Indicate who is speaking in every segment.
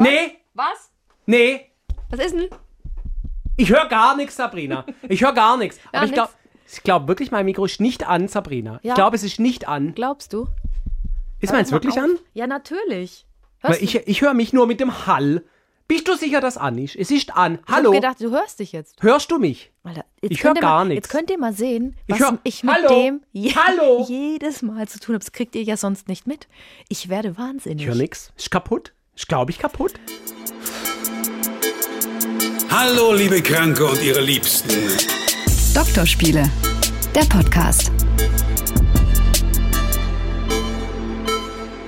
Speaker 1: Nee,
Speaker 2: Was?
Speaker 1: nee.
Speaker 2: Was ist denn?
Speaker 1: Ich höre gar nichts, Sabrina. Ich höre gar nichts.
Speaker 2: Ja,
Speaker 1: Aber ich
Speaker 2: nix.
Speaker 1: glaube ich glaub wirklich, mein Mikro ist nicht an, Sabrina. Ich
Speaker 2: Ja.
Speaker 1: glaube, es ist nicht an.
Speaker 2: Glaubst du?
Speaker 1: Ist meins wirklich
Speaker 2: Auf-
Speaker 1: an?
Speaker 2: Ja, natürlich. Hörst
Speaker 1: Weil ich, ich höre mich nur mit dem Hall. Bist du sicher, dass an ist? Es ist an.
Speaker 2: Ich
Speaker 1: Hallo,
Speaker 2: hab gedacht, du hörst dich jetzt.
Speaker 1: hörst du mich?
Speaker 2: Alter, jetzt
Speaker 1: Ich
Speaker 2: könnt
Speaker 1: hör
Speaker 2: ihr
Speaker 1: gar
Speaker 2: mal,
Speaker 1: nichts.
Speaker 2: Jetzt könnt ihr mal sehen,
Speaker 1: Ich
Speaker 2: was
Speaker 1: hör-
Speaker 2: ich mit
Speaker 1: Hallo?
Speaker 2: dem je
Speaker 1: Hallo?
Speaker 2: jedes Mal zu tun habe. Das kriegt ihr ja sonst nicht mit. Ich werde wahnsinnig.
Speaker 1: Ich höre nichts. Ist kaputt? Ist, glaube ich, kaputt.
Speaker 3: Hallo, liebe Kranke und ihre Liebsten.
Speaker 4: Doktorspiele, der Podcast.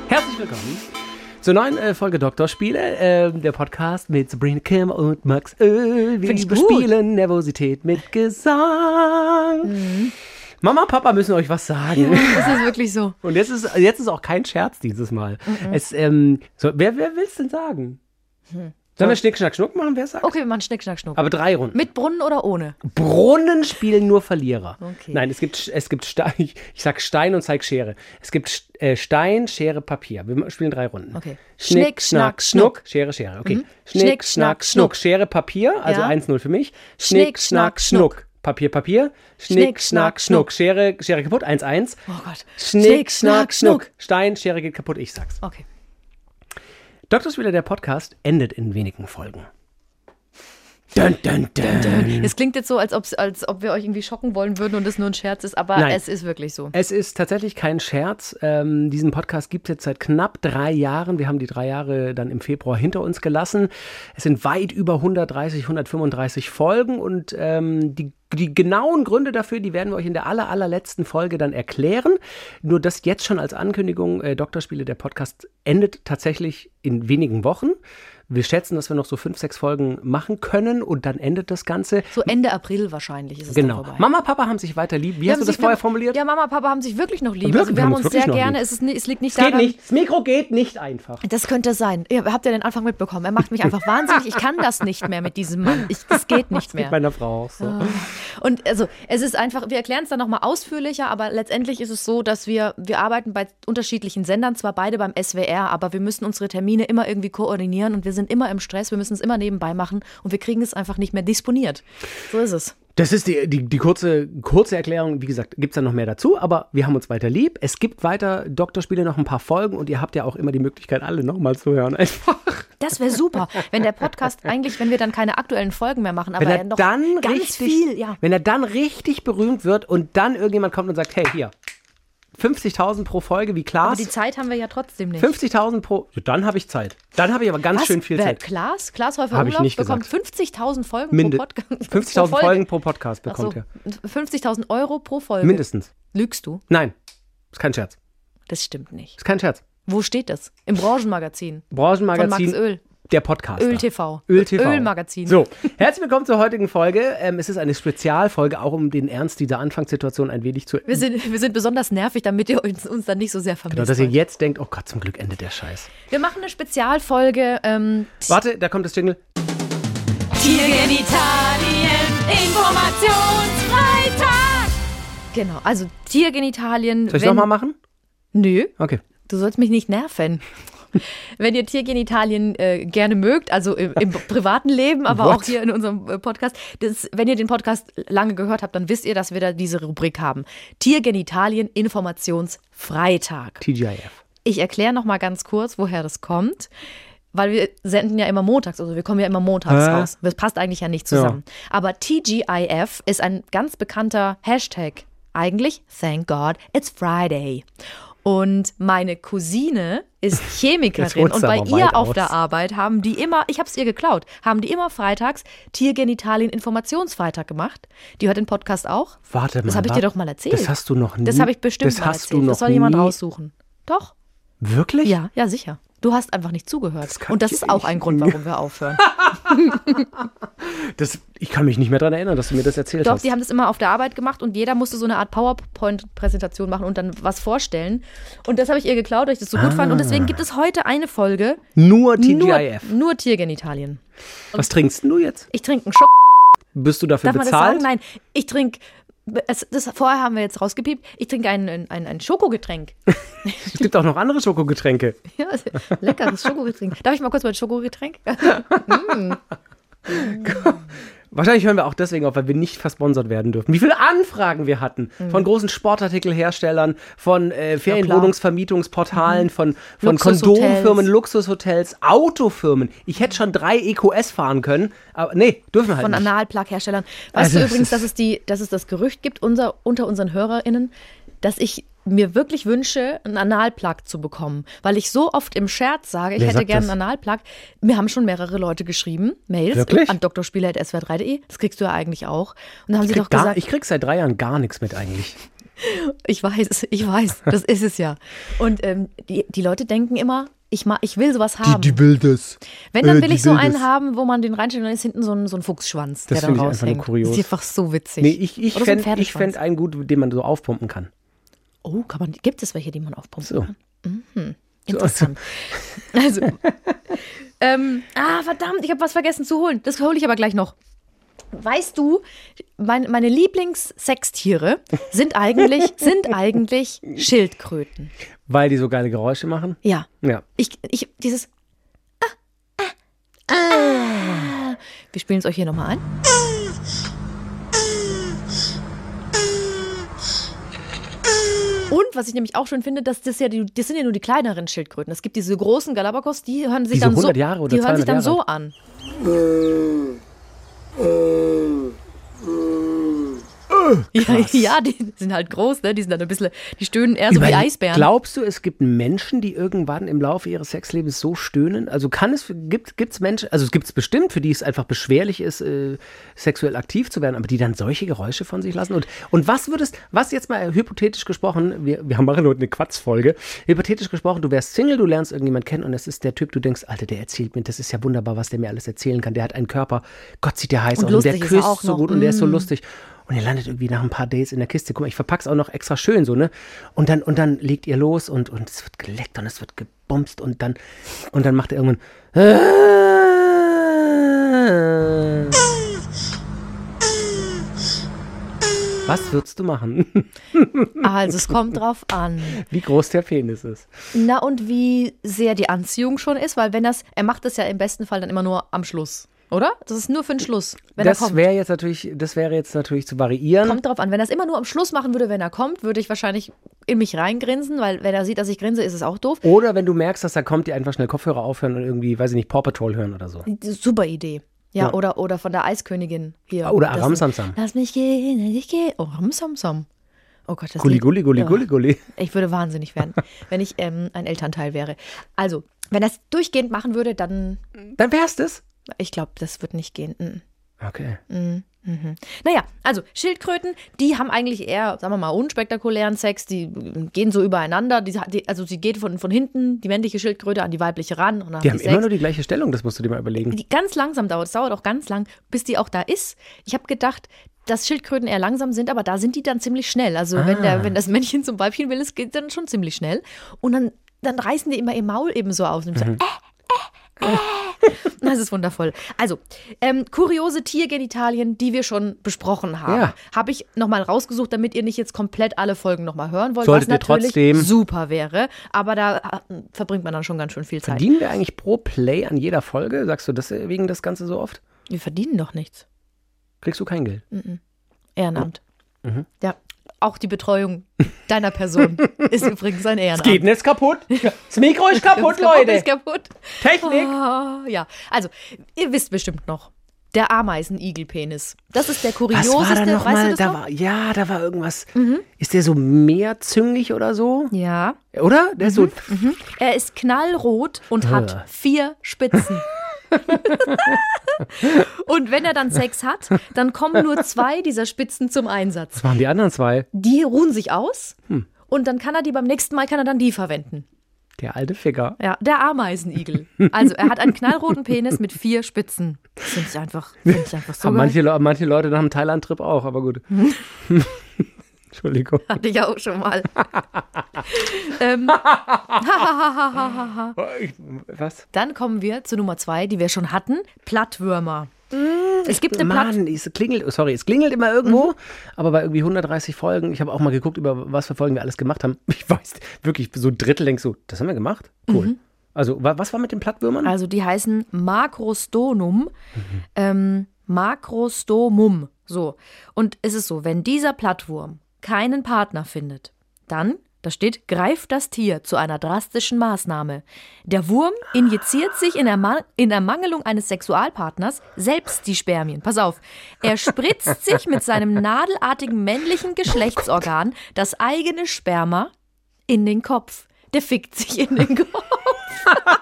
Speaker 1: Herzlich willkommen zur neuen äh, Folge Doktorspiele, äh, der Podcast mit Sabrina Kim und Max Öl. Wir
Speaker 2: Find ich gut.
Speaker 1: spielen Nervosität mit Gesang.
Speaker 2: Mhm.
Speaker 1: Mama, Papa müssen euch was sagen.
Speaker 2: Das ist wirklich so.
Speaker 1: Und jetzt ist, jetzt ist auch kein Scherz dieses Mal. Es, ähm, so, wer wer will's denn sagen? Sollen wir Schnick, Schnack, Schnuck machen? Wer sagt?
Speaker 2: Okay, wir machen Schnick, Schnack, Schnuck.
Speaker 1: Aber drei Runden.
Speaker 2: mit Brunnen oder ohne?
Speaker 1: Brunnen spielen nur Verlierer.
Speaker 2: Okay.
Speaker 1: Nein, es gibt, es gibt Stein, ich, ich sag Stein und zeig Schere. Es gibt Sch- äh, Stein, Schere, Papier. Wir spielen drei Runden.
Speaker 2: Okay.
Speaker 1: Schnick, Schnack, Schnuck, Schere, Schere. Okay. Schnick, Schnack, Schnuck, Schere, Papier, also
Speaker 2: Ja.
Speaker 1: 1-0 für mich.
Speaker 2: Schnick, Schnack, Schnuck.
Speaker 1: Papier, Papier. Schnick, Schnack, Schnuck, Schere, Schere kaputt, 1-1.
Speaker 2: Oh Gott.
Speaker 1: Schnick, Schnack, Schnuck. Stein, Schere geht kaputt, ich sag's.
Speaker 2: Okay.
Speaker 1: Doktorspieler, der Podcast, endet in wenigen Folgen. Dun, dun, dun.
Speaker 2: Es klingt jetzt so, als, ob's, als ob wir euch irgendwie schocken wollen würden und es nur ein Scherz ist, aber
Speaker 1: Nein.
Speaker 2: es ist wirklich so.
Speaker 1: Es ist tatsächlich kein Scherz. Ähm, diesen Podcast gibt es jetzt seit knapp drei Jahren. Wir haben die drei Jahre dann im Februar hinter uns gelassen. Es sind weit über 130, 135 Folgen und ähm, die, die genauen Gründe dafür, die werden wir euch in der aller, allerletzten Folge dann erklären. Nur das jetzt schon als Ankündigung, äh, Doktorspiele, der Podcast endet tatsächlich in wenigen Wochen. Wir schätzen, dass wir noch so fünf, sechs Folgen machen können und dann endet das Ganze.
Speaker 2: So Ende April wahrscheinlich ist es
Speaker 1: Genau.
Speaker 2: dann vorbei.
Speaker 1: Mama, Papa haben sich weiter lieb. Wie
Speaker 2: Wir
Speaker 1: hast
Speaker 2: haben
Speaker 1: du das
Speaker 2: sich-
Speaker 1: vorher formuliert?
Speaker 2: Ja, Mama, Papa haben sich wirklich noch lieb.
Speaker 1: Wirklich,
Speaker 2: also
Speaker 1: wir
Speaker 2: wir
Speaker 1: haben
Speaker 2: haben
Speaker 1: uns
Speaker 2: uns
Speaker 1: wirklich
Speaker 2: sehr
Speaker 1: noch
Speaker 2: gerne.
Speaker 1: lieb.
Speaker 2: Es, ist, ni- es liegt nicht
Speaker 1: Es geht
Speaker 2: daran,
Speaker 1: nicht. Das Mikro geht nicht einfach.
Speaker 2: Das könnte sein. Ihr, habt ihr den Anfang mitbekommen? Er macht mich einfach wahnsinnig. Ich kann das nicht mehr mit diesem Mann. Ich, das geht nicht mehr.
Speaker 1: meiner Frau auch so.
Speaker 2: Ah. Und also, es ist einfach, wir erklären es dann nochmal ausführlicher, aber letztendlich ist es so, dass wir, wir arbeiten bei unterschiedlichen Sendern, zwar beide beim SWR, aber wir müssen unsere Termine immer irgendwie koordinieren und wir sind immer im Stress, wir müssen es immer nebenbei machen und wir kriegen es einfach nicht mehr disponiert. So ist es.
Speaker 1: Das ist die, die, die kurze, kurze Erklärung. Wie gesagt, gibt es da noch mehr dazu, aber wir haben uns weiter lieb. Es gibt weiter Doktorspiele, noch ein paar Folgen und ihr habt ja auch immer die Möglichkeit, alle nochmal zu hören. Einfach.
Speaker 2: Das wäre super, wenn der Podcast eigentlich, wenn wir dann keine aktuellen Folgen mehr machen, aber
Speaker 1: Wenn er
Speaker 2: ja noch
Speaker 1: dann
Speaker 2: ganz
Speaker 1: richtig,
Speaker 2: viel, ja.
Speaker 1: wenn er dann richtig berühmt wird und dann irgendjemand kommt und sagt, hey, hier, 50.000 pro Folge, wie
Speaker 2: Aber
Speaker 1: Klaas.
Speaker 2: die Zeit haben wir ja trotzdem nicht.
Speaker 1: 50.000 pro, ja, dann habe ich Zeit. Dann habe ich aber ganz
Speaker 2: Was?
Speaker 1: schön viel
Speaker 2: Wer-
Speaker 1: Zeit.
Speaker 2: Klaas? Klaas Häufer
Speaker 1: Hab ich
Speaker 2: Umlauf
Speaker 1: nicht
Speaker 2: bekommt
Speaker 1: gesagt.
Speaker 2: 50.000 Folgen
Speaker 1: Minde-
Speaker 2: pro Podcast.
Speaker 1: 50.000 Folgen pro Podcast bekommt
Speaker 2: Achso,
Speaker 1: er.
Speaker 2: 50.000 Euro pro Folge.
Speaker 1: Mindestens.
Speaker 2: Lügst du?
Speaker 1: Nein, ist kein Scherz.
Speaker 2: Das stimmt nicht.
Speaker 1: Ist kein Scherz.
Speaker 2: Wo steht das? Im Branchenmagazin.
Speaker 1: Branchenmagazin.
Speaker 2: Von Max Öl.
Speaker 1: Der Podcast.
Speaker 2: Öl TV.
Speaker 1: Öl TV.
Speaker 2: Ölmagazin.
Speaker 1: So, herzlich willkommen zur heutigen Folge. Ähm, es ist eine Spezialfolge, auch um den Ernst dieser Anfangssituation ein wenig zu.
Speaker 2: Wir sind, wir sind besonders nervig, damit ihr uns, uns dann nicht so sehr vermisst.
Speaker 1: Genau, dass ihr
Speaker 2: wollt.
Speaker 1: jetzt denkt, oh Gott, zum Glück endet der Scheiß.
Speaker 2: wir machen eine Spezialfolge. Ähm,
Speaker 1: Warte, da kommt das Jingle.
Speaker 2: Tiergenitalien Informationsfreitag! Genau, also Tiergenitalien.
Speaker 1: Soll ich
Speaker 2: wenn-
Speaker 1: nochmal machen?
Speaker 2: Nö.
Speaker 1: Okay.
Speaker 2: Du sollst mich nicht nerven. Wenn ihr Tiergenitalien äh, gerne mögt, also im, im privaten Leben, aber
Speaker 1: What?
Speaker 2: auch hier in unserem äh, Podcast, das, wenn ihr den Podcast lange gehört habt, dann wisst ihr, dass wir da diese Rubrik haben. Tiergenitalien Informationsfreitag.
Speaker 1: TGIF.
Speaker 2: Ich erkläre nochmal ganz kurz, woher das kommt, weil wir senden ja immer montags, also wir kommen ja immer montags
Speaker 1: Hä?
Speaker 2: raus. Das passt eigentlich ja nicht zusammen. Aber TGIF ist ein ganz bekannter Hashtag. Eigentlich, thank God, it's Friday. Und meine Cousine ist
Speaker 1: Jetzt
Speaker 2: Chemikerin
Speaker 1: holst
Speaker 2: und
Speaker 1: du
Speaker 2: bei
Speaker 1: aber weit
Speaker 2: ihr auf
Speaker 1: aus.
Speaker 2: der Arbeit haben die immer, ich habe es ihr geklaut, haben die immer freitags Tiergenitalien Informationsfreitag gemacht. Die hört den Podcast auch.
Speaker 1: Warte mal.
Speaker 2: Das habe ich
Speaker 1: warte.
Speaker 2: dir doch mal erzählt.
Speaker 1: Das hast du noch nie.
Speaker 2: Das habe ich bestimmt
Speaker 1: Das
Speaker 2: mal
Speaker 1: hast
Speaker 2: erzählt.
Speaker 1: du noch
Speaker 2: das soll jemand
Speaker 1: nie.
Speaker 2: raussuchen. Doch.
Speaker 1: Wirklich?
Speaker 2: Ja, ja, sicher. Du hast einfach nicht zugehört.
Speaker 1: kann
Speaker 2: und das
Speaker 1: ich
Speaker 2: ist auch
Speaker 1: nicht.
Speaker 2: ein Grund, warum wir aufhören.
Speaker 1: Das, ich kann mich nicht mehr daran erinnern, dass du mir das erzählt
Speaker 2: Doch,
Speaker 1: hast.
Speaker 2: die haben das immer auf der Arbeit gemacht und jeder musste so eine Art PowerPoint-Präsentation machen und dann was vorstellen. Und das habe ich ihr geklaut, weil ich das so gut fand. Und
Speaker 1: Ah.
Speaker 2: deswegen gibt es heute eine Folge
Speaker 1: Nur
Speaker 2: nur,
Speaker 1: TGIF.
Speaker 2: nur Tiergenitalien.
Speaker 1: Was trinkst denn du jetzt?
Speaker 2: Ich trinke einen Schock.
Speaker 1: Bist du dafür
Speaker 2: Darf man das
Speaker 1: bezahlt?
Speaker 2: sagen? Nein, ich trinke es, das, vorher haben wir jetzt rausgepiept, ich trinke ein, ein, ein Schokogetränk.
Speaker 1: Es gibt auch noch andere Schokogetränke.
Speaker 2: Ja, also, leckeres Schokogetränk. Darf ich mal kurz mein Schokogetränk?
Speaker 1: Wahrscheinlich hören wir auch deswegen auf, weil wir nicht versponsert werden dürfen. Wie viele Anfragen wir hatten
Speaker 2: Hm.
Speaker 1: von großen Sportartikelherstellern, von äh, Ferienwohnungsvermietungsportalen, von, von
Speaker 2: Hm. Luxushotels.
Speaker 1: Kondomfirmen, Luxushotels, Autofirmen. Ich hätte schon drei EQS fahren können, aber nee, dürfen wir halt
Speaker 2: Von
Speaker 1: nicht.
Speaker 2: Analplug-Herstellern. Weißt
Speaker 1: Also,
Speaker 2: du
Speaker 1: das
Speaker 2: übrigens,
Speaker 1: ist-
Speaker 2: dass es, die, dass es das Gerücht gibt unser, unter unseren HörerInnen, dass ich mir wirklich wünsche, einen Analplug zu bekommen. Weil ich so oft im Scherz sage, ich
Speaker 1: Wer
Speaker 2: hätte
Speaker 1: sagt
Speaker 2: gerne
Speaker 1: das?
Speaker 2: einen Analplug. Mir haben schon mehrere Leute geschrieben, Mails
Speaker 1: Wirklich?
Speaker 2: an drspieler.swr3.de. Das kriegst du ja eigentlich auch. Und dann haben sie
Speaker 1: Krieg
Speaker 2: doch
Speaker 1: gar,
Speaker 2: gesagt,
Speaker 1: ich krieg seit drei Jahren gar nichts mit eigentlich.
Speaker 2: Ich weiß, ich weiß, das ist es ja. Und ähm, die, die Leute denken immer, ich, ma, ich will sowas haben.
Speaker 1: will das.
Speaker 2: Wenn, dann
Speaker 1: äh,
Speaker 2: will
Speaker 1: die
Speaker 2: ich so
Speaker 1: will
Speaker 2: einen
Speaker 1: das.
Speaker 2: haben, wo man den reinstellt und dann ist hinten so ein, so ein Fuchsschwanz,
Speaker 1: Das
Speaker 2: der dann
Speaker 1: finde ich einfach
Speaker 2: raushängt.
Speaker 1: nur kurios.
Speaker 2: Das ist einfach so witzig.
Speaker 1: Nee, ich, ich
Speaker 2: Oder so ein
Speaker 1: fände ich
Speaker 2: Pferdeschwanz.
Speaker 1: fänd einen gut, den man so aufpumpen kann.
Speaker 2: Oh, kann man, gibt es welche, die man aufpumpen
Speaker 1: So.
Speaker 2: kann? Mhm. Interessant. Also, ähm, ah, verdammt, ich habe was vergessen zu holen. Das hole ich aber gleich noch. Weißt du, mein, meine Lieblingssextiere sind eigentlich, sind eigentlich Schildkröten.
Speaker 1: Weil die so geile Geräusche machen.
Speaker 2: Ja.
Speaker 1: Ja.
Speaker 2: Ich, ich, dieses. Ah, ah, ah. Wir spielen es euch hier nochmal an. Und was ich nämlich auch schön finde, dass das ja die, das sind ja nur die kleineren Schildkröten. Es gibt diese großen Galapagos, die hören sich
Speaker 1: Die so
Speaker 2: dann so
Speaker 1: 100 Jahre oder
Speaker 2: die hören sich
Speaker 1: 200
Speaker 2: dann
Speaker 1: Jahre
Speaker 2: so an.
Speaker 1: Äh, äh,
Speaker 2: Ja, ja, die sind halt groß, ne? Die sind dann ein bisschen, die stöhnen eher so Also wie
Speaker 1: Überleg-
Speaker 2: Eisbären.
Speaker 1: Glaubst du, es gibt Menschen, die irgendwann im Laufe ihres Sexlebens so stöhnen? Also kann es, gibt es Menschen, also es gibt es bestimmt, für die es einfach beschwerlich ist, äh, sexuell aktiv zu werden, aber die dann solche Geräusche von sich lassen? Und, und was würdest, was jetzt mal hypothetisch gesprochen, wir, wir machen heute eine Quatschfolge, hypothetisch gesprochen, du wärst Single, du lernst irgendjemand kennen und das ist der Typ, du denkst, Alter, der erzählt mir, das ist ja wunderbar, was der mir alles erzählen kann. Der hat einen Körper, Gott sieht der heiß
Speaker 2: Und
Speaker 1: aus und der
Speaker 2: lustig ist er
Speaker 1: küsst
Speaker 2: auch
Speaker 1: so
Speaker 2: noch. Mm.
Speaker 1: gut und der ist so lustig. Und ihr landet irgendwie nach ein paar Dates in der Kiste. Guck mal, ich verpack's auch noch extra schön so, ne? Und dann, und dann legt ihr los und, und es wird geleckt und es wird gebumst und dann, und dann macht er irgendwann. "Ah!" Was würdest du machen?
Speaker 2: Also es kommt drauf an.
Speaker 1: Wie groß der Penis ist.
Speaker 2: Na und wie sehr die Anziehung schon ist, weil wenn das, er macht das ja im besten Fall dann immer nur am Schluss, oder? Das ist nur für den Schluss, wenn er
Speaker 1: das
Speaker 2: kommt.
Speaker 1: wäre jetzt natürlich, das wäre jetzt natürlich zu variieren.
Speaker 2: Kommt drauf an. Wenn er es immer nur am Schluss machen würde, wenn er kommt, würde ich wahrscheinlich in mich reingrinsen, weil wenn er sieht, dass ich grinse, ist es auch doof.
Speaker 1: Oder wenn du merkst, dass er kommt, dir einfach schnell Kopfhörer aufhören und irgendwie, weiß ich nicht, Paw Patrol hören oder so.
Speaker 2: Super Idee. Ja,
Speaker 1: Ja.
Speaker 2: Oder, oder von der Eiskönigin hier.
Speaker 1: Oder
Speaker 2: Das-
Speaker 1: Aramsamsam.
Speaker 2: Lass mich gehen, lass mich gehen. Oh, Aramsamsam. Oh Gott, das
Speaker 1: Gulli,
Speaker 2: Lied-
Speaker 1: gulli, gulli,
Speaker 2: Ja.
Speaker 1: gulli, gulli.
Speaker 2: Ich würde wahnsinnig werden, wenn ich ähm, ein Elternteil wäre. Also, wenn er es durchgehend machen würde, dann,
Speaker 1: Dann wär's das.
Speaker 2: ich glaube, das wird nicht gehen. Mm.
Speaker 1: Okay.
Speaker 2: Naja, also Schildkröten, die haben eigentlich eher, sagen wir mal, unspektakulären Sex, die äh, gehen so übereinander, die, die, also sie geht von, von hinten, die männliche Schildkröte an die weibliche ran und dann
Speaker 1: Die
Speaker 2: haben
Speaker 1: haben
Speaker 2: die
Speaker 1: immer
Speaker 2: Sex.
Speaker 1: nur die gleiche Stellung, das musst du dir mal überlegen.
Speaker 2: Die ganz langsam dauert, es dauert auch ganz lang, bis die auch da ist. Ich habe gedacht, dass Schildkröten eher langsam sind, aber da sind die dann ziemlich schnell. Also wenn,
Speaker 1: Ah.
Speaker 2: der, wenn das Männchen zum Weibchen will, es geht dann schon ziemlich schnell. Und dann, dann reißen die immer ihr Maul eben so aus und so,
Speaker 1: Mhm.
Speaker 2: äh, das ist wundervoll. Also, ähm, kuriose Tiergenitalien, die wir schon besprochen haben,
Speaker 1: Ja.
Speaker 2: habe ich nochmal rausgesucht, damit ihr nicht jetzt komplett alle Folgen nochmal hören wollt,
Speaker 1: Solltet
Speaker 2: was
Speaker 1: ihr
Speaker 2: natürlich
Speaker 1: trotzdem.
Speaker 2: super wäre. Aber da äh, verbringt man dann schon ganz schön viel Zeit.
Speaker 1: Verdienen wir eigentlich pro Play an jeder Folge? Sagst du deswegen das Ganze so oft?
Speaker 2: Wir verdienen doch nichts.
Speaker 1: Kriegst du kein Geld?
Speaker 2: Ehrenamt.
Speaker 1: Oh. Mhm.
Speaker 2: Ja, auch die Betreuung deiner Person ist übrigens ein Ehrenamt.
Speaker 1: Netz kaputt. Das Mikro ist
Speaker 2: Ist kaputt, Ist kaputt.
Speaker 1: Technik.
Speaker 2: Ah, ja, also, ihr wisst bestimmt noch, der Ameisen-Igel-Penis. Das ist der
Speaker 1: Was
Speaker 2: kurioseste,
Speaker 1: war da
Speaker 2: weißt du
Speaker 1: nochmal?
Speaker 2: das
Speaker 1: Da
Speaker 2: noch?
Speaker 1: war, ja, da war irgendwas. Ist der so mehrzüngig oder so?
Speaker 2: Ja.
Speaker 1: Oder? Der ist so.
Speaker 2: Er ist knallrot und hat
Speaker 1: Ah.
Speaker 2: vier Spitzen. und wenn er dann Sex hat, dann kommen nur zwei dieser Spitzen zum Einsatz.
Speaker 1: Was machen die anderen zwei?
Speaker 2: Die ruhen sich aus
Speaker 1: Hm.
Speaker 2: und dann kann er die beim nächsten Mal kann er dann die verwenden.
Speaker 1: Der alte Ficker.
Speaker 2: Ja, der Ameisenigel. Also er hat einen knallroten Penis mit vier Spitzen. Das finde ich einfach, finde ich einfach so
Speaker 1: Haben
Speaker 2: geil.
Speaker 1: manche, Le- manche Leute nach dem Thailand-Trip auch, aber gut. Mhm. Entschuldigung.
Speaker 2: Hatte ich auch schon mal.
Speaker 1: Was?
Speaker 2: Dann kommen wir zu Nummer zwei, die wir schon hatten, Plattwürmer. Es gibt eine Mhm. Plattform.
Speaker 1: Mann, es klingelt, sorry, es klingelt immer irgendwo, aber bei irgendwie 130 Folgen, ich habe auch mal geguckt, über was für Folgen wir alles gemacht haben. Ich weiß wirklich so ein Drittel denkst so, das haben wir gemacht? Cool.
Speaker 2: Mhm.
Speaker 1: Also, wa- was war mit den Plattwürmern?
Speaker 2: Also die heißen Macrostonum, ähm, Macrostomum. So. Und es ist so, wenn dieser Plattwurm keinen Partner findet, dann, da steht, greift das Tier zu einer drastischen Maßnahme. Der Wurm injiziert sich in, Erma in Ermangelung eines Sexualpartners selbst die Spermien. Pass auf. Er spritzt sich mit seinem nadelartigen männlichen Geschlechtsorgan das eigene Sperma in den Kopf. Der fickt sich in den Kopf.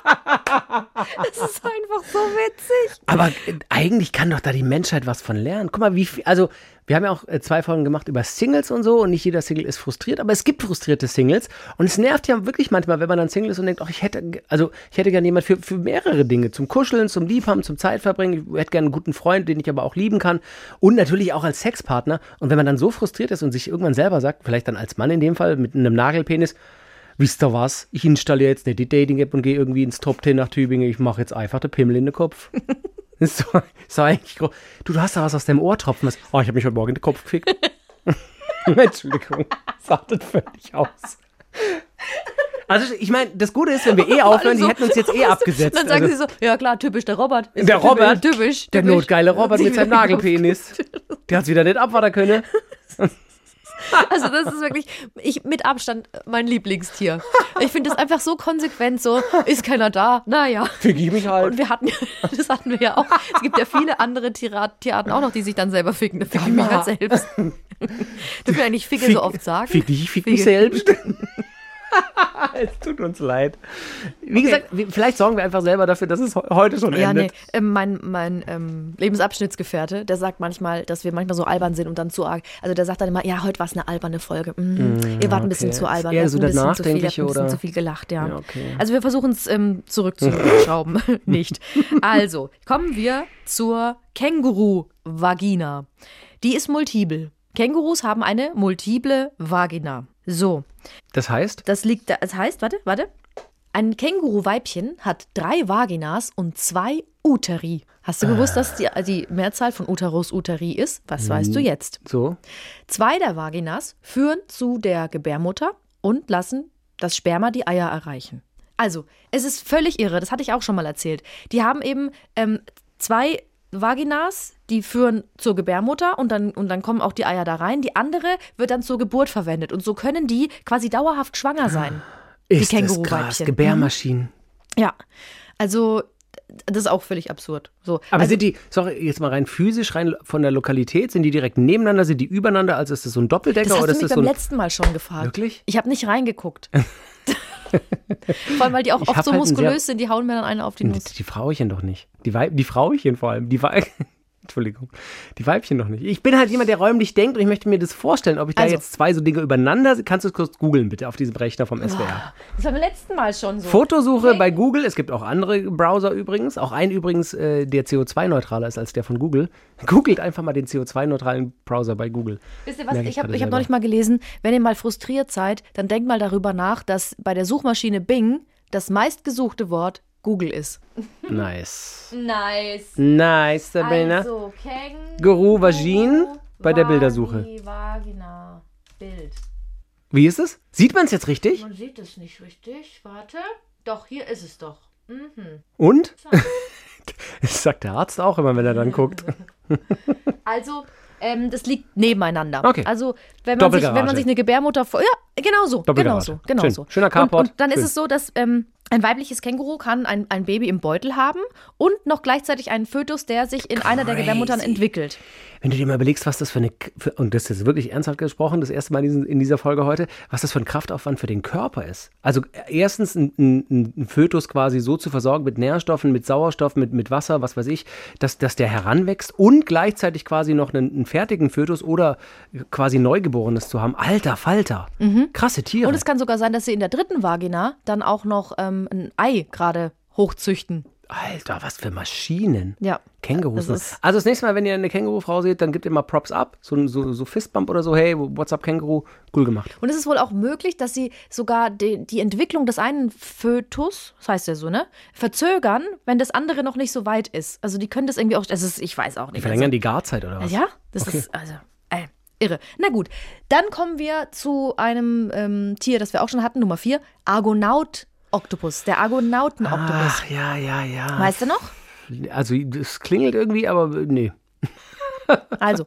Speaker 2: Das ist einfach so witzig.
Speaker 1: Aber äh, eigentlich kann doch da die Menschheit was von lernen. Guck mal, wie viel, also wir haben ja auch äh, zwei Folgen gemacht über Singles und so und nicht jeder Single ist frustriert, aber es gibt frustrierte Singles und es nervt ja wirklich manchmal, wenn man dann Single ist und denkt, ach, ich hätte, ge- also ich hätte gerne jemand für, für mehrere Dinge, zum Kuscheln, zum Liebhaben, zum Zeitverbringen, ich hätte gerne einen guten Freund, den ich aber auch lieben kann und natürlich auch als Sexpartner und wenn man dann so frustriert ist und sich irgendwann selber sagt, vielleicht dann als Mann in dem Fall mit einem Nagelpenis, Wisst ihr was? Ich installiere jetzt nicht die Dating-App und gehe irgendwie ins Top 10 nach Tübingen. Ich mache jetzt einfach den Pimmel in den Kopf. Das ist so, so eigentlich gro- du, du hast da was aus deinem Ohrtropfen. Was, oh, ich habe mich heute Morgen in den Kopf gefickt. Entschuldigung, sagt das völlig aus. Also ich meine, das Gute ist, wenn wir eh aufhören, die
Speaker 2: So.
Speaker 1: hätten uns jetzt eh abgesetzt.
Speaker 2: Also, Dann sagen
Speaker 1: also,
Speaker 2: sie so, ja klar, typisch der Robert. Ist
Speaker 1: der
Speaker 2: typisch,
Speaker 1: Robert,
Speaker 2: typisch,
Speaker 1: der
Speaker 2: typisch.
Speaker 1: notgeile Robert
Speaker 2: Sich
Speaker 1: mit seinem
Speaker 2: wieder in den
Speaker 1: Nagelpenis, der hat's wieder nicht abwarten können.
Speaker 2: Kopf- Also das ist wirklich ich, mit Abstand mein Lieblingstier. Ich finde das einfach so konsequent, so ist keiner da, naja.
Speaker 1: Fick ich mich halt.
Speaker 2: Und wir hatten, das hatten wir ja auch. Es gibt ja viele andere Tierat- Tierarten auch noch, die sich dann selber ficken. Das fick ich mich halt selbst. Dürfen wir eigentlich Ficke so oft sagen?
Speaker 1: Fick dich, ich fick mich
Speaker 2: Ficke.
Speaker 1: selbst. es tut uns leid. Wie gesagt, wir- vielleicht sorgen wir einfach selber dafür, dass es he- heute schon
Speaker 2: Ja, nee.
Speaker 1: endet.
Speaker 2: Ähm, mein mein ähm, Lebensabschnittsgefährte, der sagt manchmal, dass wir manchmal so albern sind und dann zu arg. Also der sagt dann immer, ja, heute war es eine alberne Folge. Mhm. ihr wart ein
Speaker 1: Mm,
Speaker 2: bisschen
Speaker 1: okay.
Speaker 2: zu
Speaker 1: Ist
Speaker 2: albern.
Speaker 1: eher
Speaker 2: ihr habt
Speaker 1: so
Speaker 2: ein
Speaker 1: der
Speaker 2: bisschen zu viel- ihr habt
Speaker 1: Nachdenkliche,
Speaker 2: ein bisschen
Speaker 1: oder?
Speaker 2: zu viel gelacht, ja.
Speaker 1: Ja, okay.
Speaker 2: Also wir versuchen es ähm, zurückzuschrauben. Nicht. Also, kommen wir zur Känguru-Vagina. Die ist multibel. Kängurus haben eine multiple Vagina. So,
Speaker 1: Das heißt,
Speaker 2: das liegt da. Das heißt, warte, warte. Ein Känguru-Weibchen hat drei Vaginas und zwei Uteri. Hast du gewusst, dass die, die Mehrzahl von Uterus Uteri ist? Was weißt du jetzt?
Speaker 1: so,
Speaker 2: Zwei der Vaginas führen zu der Gebärmutter und lassen das Sperma die Eier erreichen. Also, es ist völlig irre, das hatte ich auch schon mal erzählt. Die haben eben ähm, zwei Vaginas, die führen zur Gebärmutter und dann, und dann kommen auch die Eier da rein. Die andere wird dann zur Geburt verwendet und so können die quasi dauerhaft schwanger sein.
Speaker 1: ist das
Speaker 2: Känguruweibchen.
Speaker 1: krass. Gebärmaschinen.
Speaker 2: Mhm. Ja, also das ist auch völlig absurd. So.
Speaker 1: Aber
Speaker 2: also,
Speaker 1: sind die, sorry, jetzt mal rein physisch, rein von der Lokalität, sind die direkt nebeneinander, sind die übereinander? Also ist das so ein Doppeldecker
Speaker 2: Das hast
Speaker 1: oder
Speaker 2: du
Speaker 1: ist das
Speaker 2: mich beim
Speaker 1: so ein.
Speaker 2: letzten Mal schon gefragt.
Speaker 1: Wirklich?
Speaker 2: Ich habe nicht reingeguckt. Vor allem, weil die auch
Speaker 1: Ich
Speaker 2: oft
Speaker 1: hab
Speaker 2: so
Speaker 1: halt Hm. einen
Speaker 2: muskulös sind, die hauen mir dann eine auf die
Speaker 1: Die,
Speaker 2: Nuss.
Speaker 1: die Frauchen doch nicht. Die, Weib, die Frauchen vor allem. Die Wei Entschuldigung. Die Weibchen doch nicht. Ich bin halt jemand, der räumlich denkt und ich möchte mir das vorstellen, ob ich da
Speaker 2: Also.
Speaker 1: jetzt zwei so Dinge übereinander. Kannst du es kurz googeln, bitte, auf diesem Rechner vom SWR?
Speaker 2: Das war beim letzten Mal schon so.
Speaker 1: Fotosuche bei Google. Es gibt auch andere Browser übrigens. Auch einen übrigens, äh, der CO2-neutraler ist als der von Google. Googelt einfach mal den CO2-neutralen Browser bei Google.
Speaker 2: Wisst ihr was?
Speaker 1: Merke
Speaker 2: Ich habe
Speaker 1: gerade
Speaker 2: ich hab
Speaker 1: selber.
Speaker 2: neulich mal gelesen, wenn ihr mal frustriert seid, dann denkt mal darüber nach, dass bei der Suchmaschine Bing das meistgesuchte Wort Google ist.
Speaker 1: Nice.
Speaker 2: Nice.
Speaker 1: Nice, Sabrina.
Speaker 2: also
Speaker 1: Guru Vagin bei der Bildersuche.
Speaker 2: Vagina. Bild.
Speaker 1: Wie ist es? Sieht man es jetzt richtig?
Speaker 2: Man sieht es nicht richtig. Warte. Doch, hier ist es doch.
Speaker 1: Und? Das sagt der Arzt auch immer, wenn er dann guckt.
Speaker 2: Also, ähm, das liegt nebeneinander.
Speaker 1: Okay.
Speaker 2: Also, wenn man, sich, wenn man
Speaker 1: Doppelgarage.
Speaker 2: sich eine Gebärmutter vor. Ja, genau so. Genau
Speaker 1: Doppelgarage.
Speaker 2: so. Genau
Speaker 1: Schön.
Speaker 2: so.
Speaker 1: Schöner Carport.
Speaker 2: Und, und dann
Speaker 1: Schön.
Speaker 2: ist es so, dass ähm, ein weibliches Känguru kann ein, ein Baby im Beutel haben und noch gleichzeitig einen Fötus, der sich in einer der Gebärmuttern entwickelt.
Speaker 1: Wenn du dir mal überlegst, was das für eine, K- für, und das ist wirklich ernsthaft gesprochen, das erste Mal in, diesen, in dieser Folge heute, was das für ein Kraftaufwand für den Körper ist. Also äh, erstens ein, ein, ein Fötus quasi so zu versorgen mit Nährstoffen, mit Sauerstoff, mit, mit Wasser, was weiß ich, dass, dass der heranwächst und gleichzeitig quasi noch einen, einen fertigen Fötus oder quasi Neugeborenes zu haben. Alter Falter.
Speaker 2: Mhm.
Speaker 1: Krasse Tiere.
Speaker 2: Und es kann sogar sein, dass sie in der dritten Vagina dann auch noch ähm, ein Ei gerade hochzüchten.
Speaker 1: Alter, was für Maschinen.
Speaker 2: Ja.
Speaker 1: Kängurus.
Speaker 2: Das ist-
Speaker 1: also das nächste Mal, wenn ihr eine Kängurufrau seht, dann gebt ihr mal Props ab. So, ein- so, so Fistbump oder so. Hey, what's up, Känguru? Cool gemacht.
Speaker 2: Und es ist wohl auch möglich, dass sie sogar die, die Entwicklung des einen Fötus, das heißt ja so, ne, verzögern, wenn das andere noch nicht so weit ist. Also die können das irgendwie auch, das ist, ich weiß auch nicht.
Speaker 1: Die verlängern die Garzeit oder was?
Speaker 2: Also, ja, das ist, also, äh, irre. Na gut, dann kommen wir zu einem ähm, Tier, das wir auch schon hatten, Nummer vier, Argonaut-Oktopus, der Argonauten-Oktopus.
Speaker 1: Ach, ja, ja, Ah, ja.
Speaker 2: Weißt du noch?
Speaker 1: Also es klingelt irgendwie, aber nee.
Speaker 2: Also,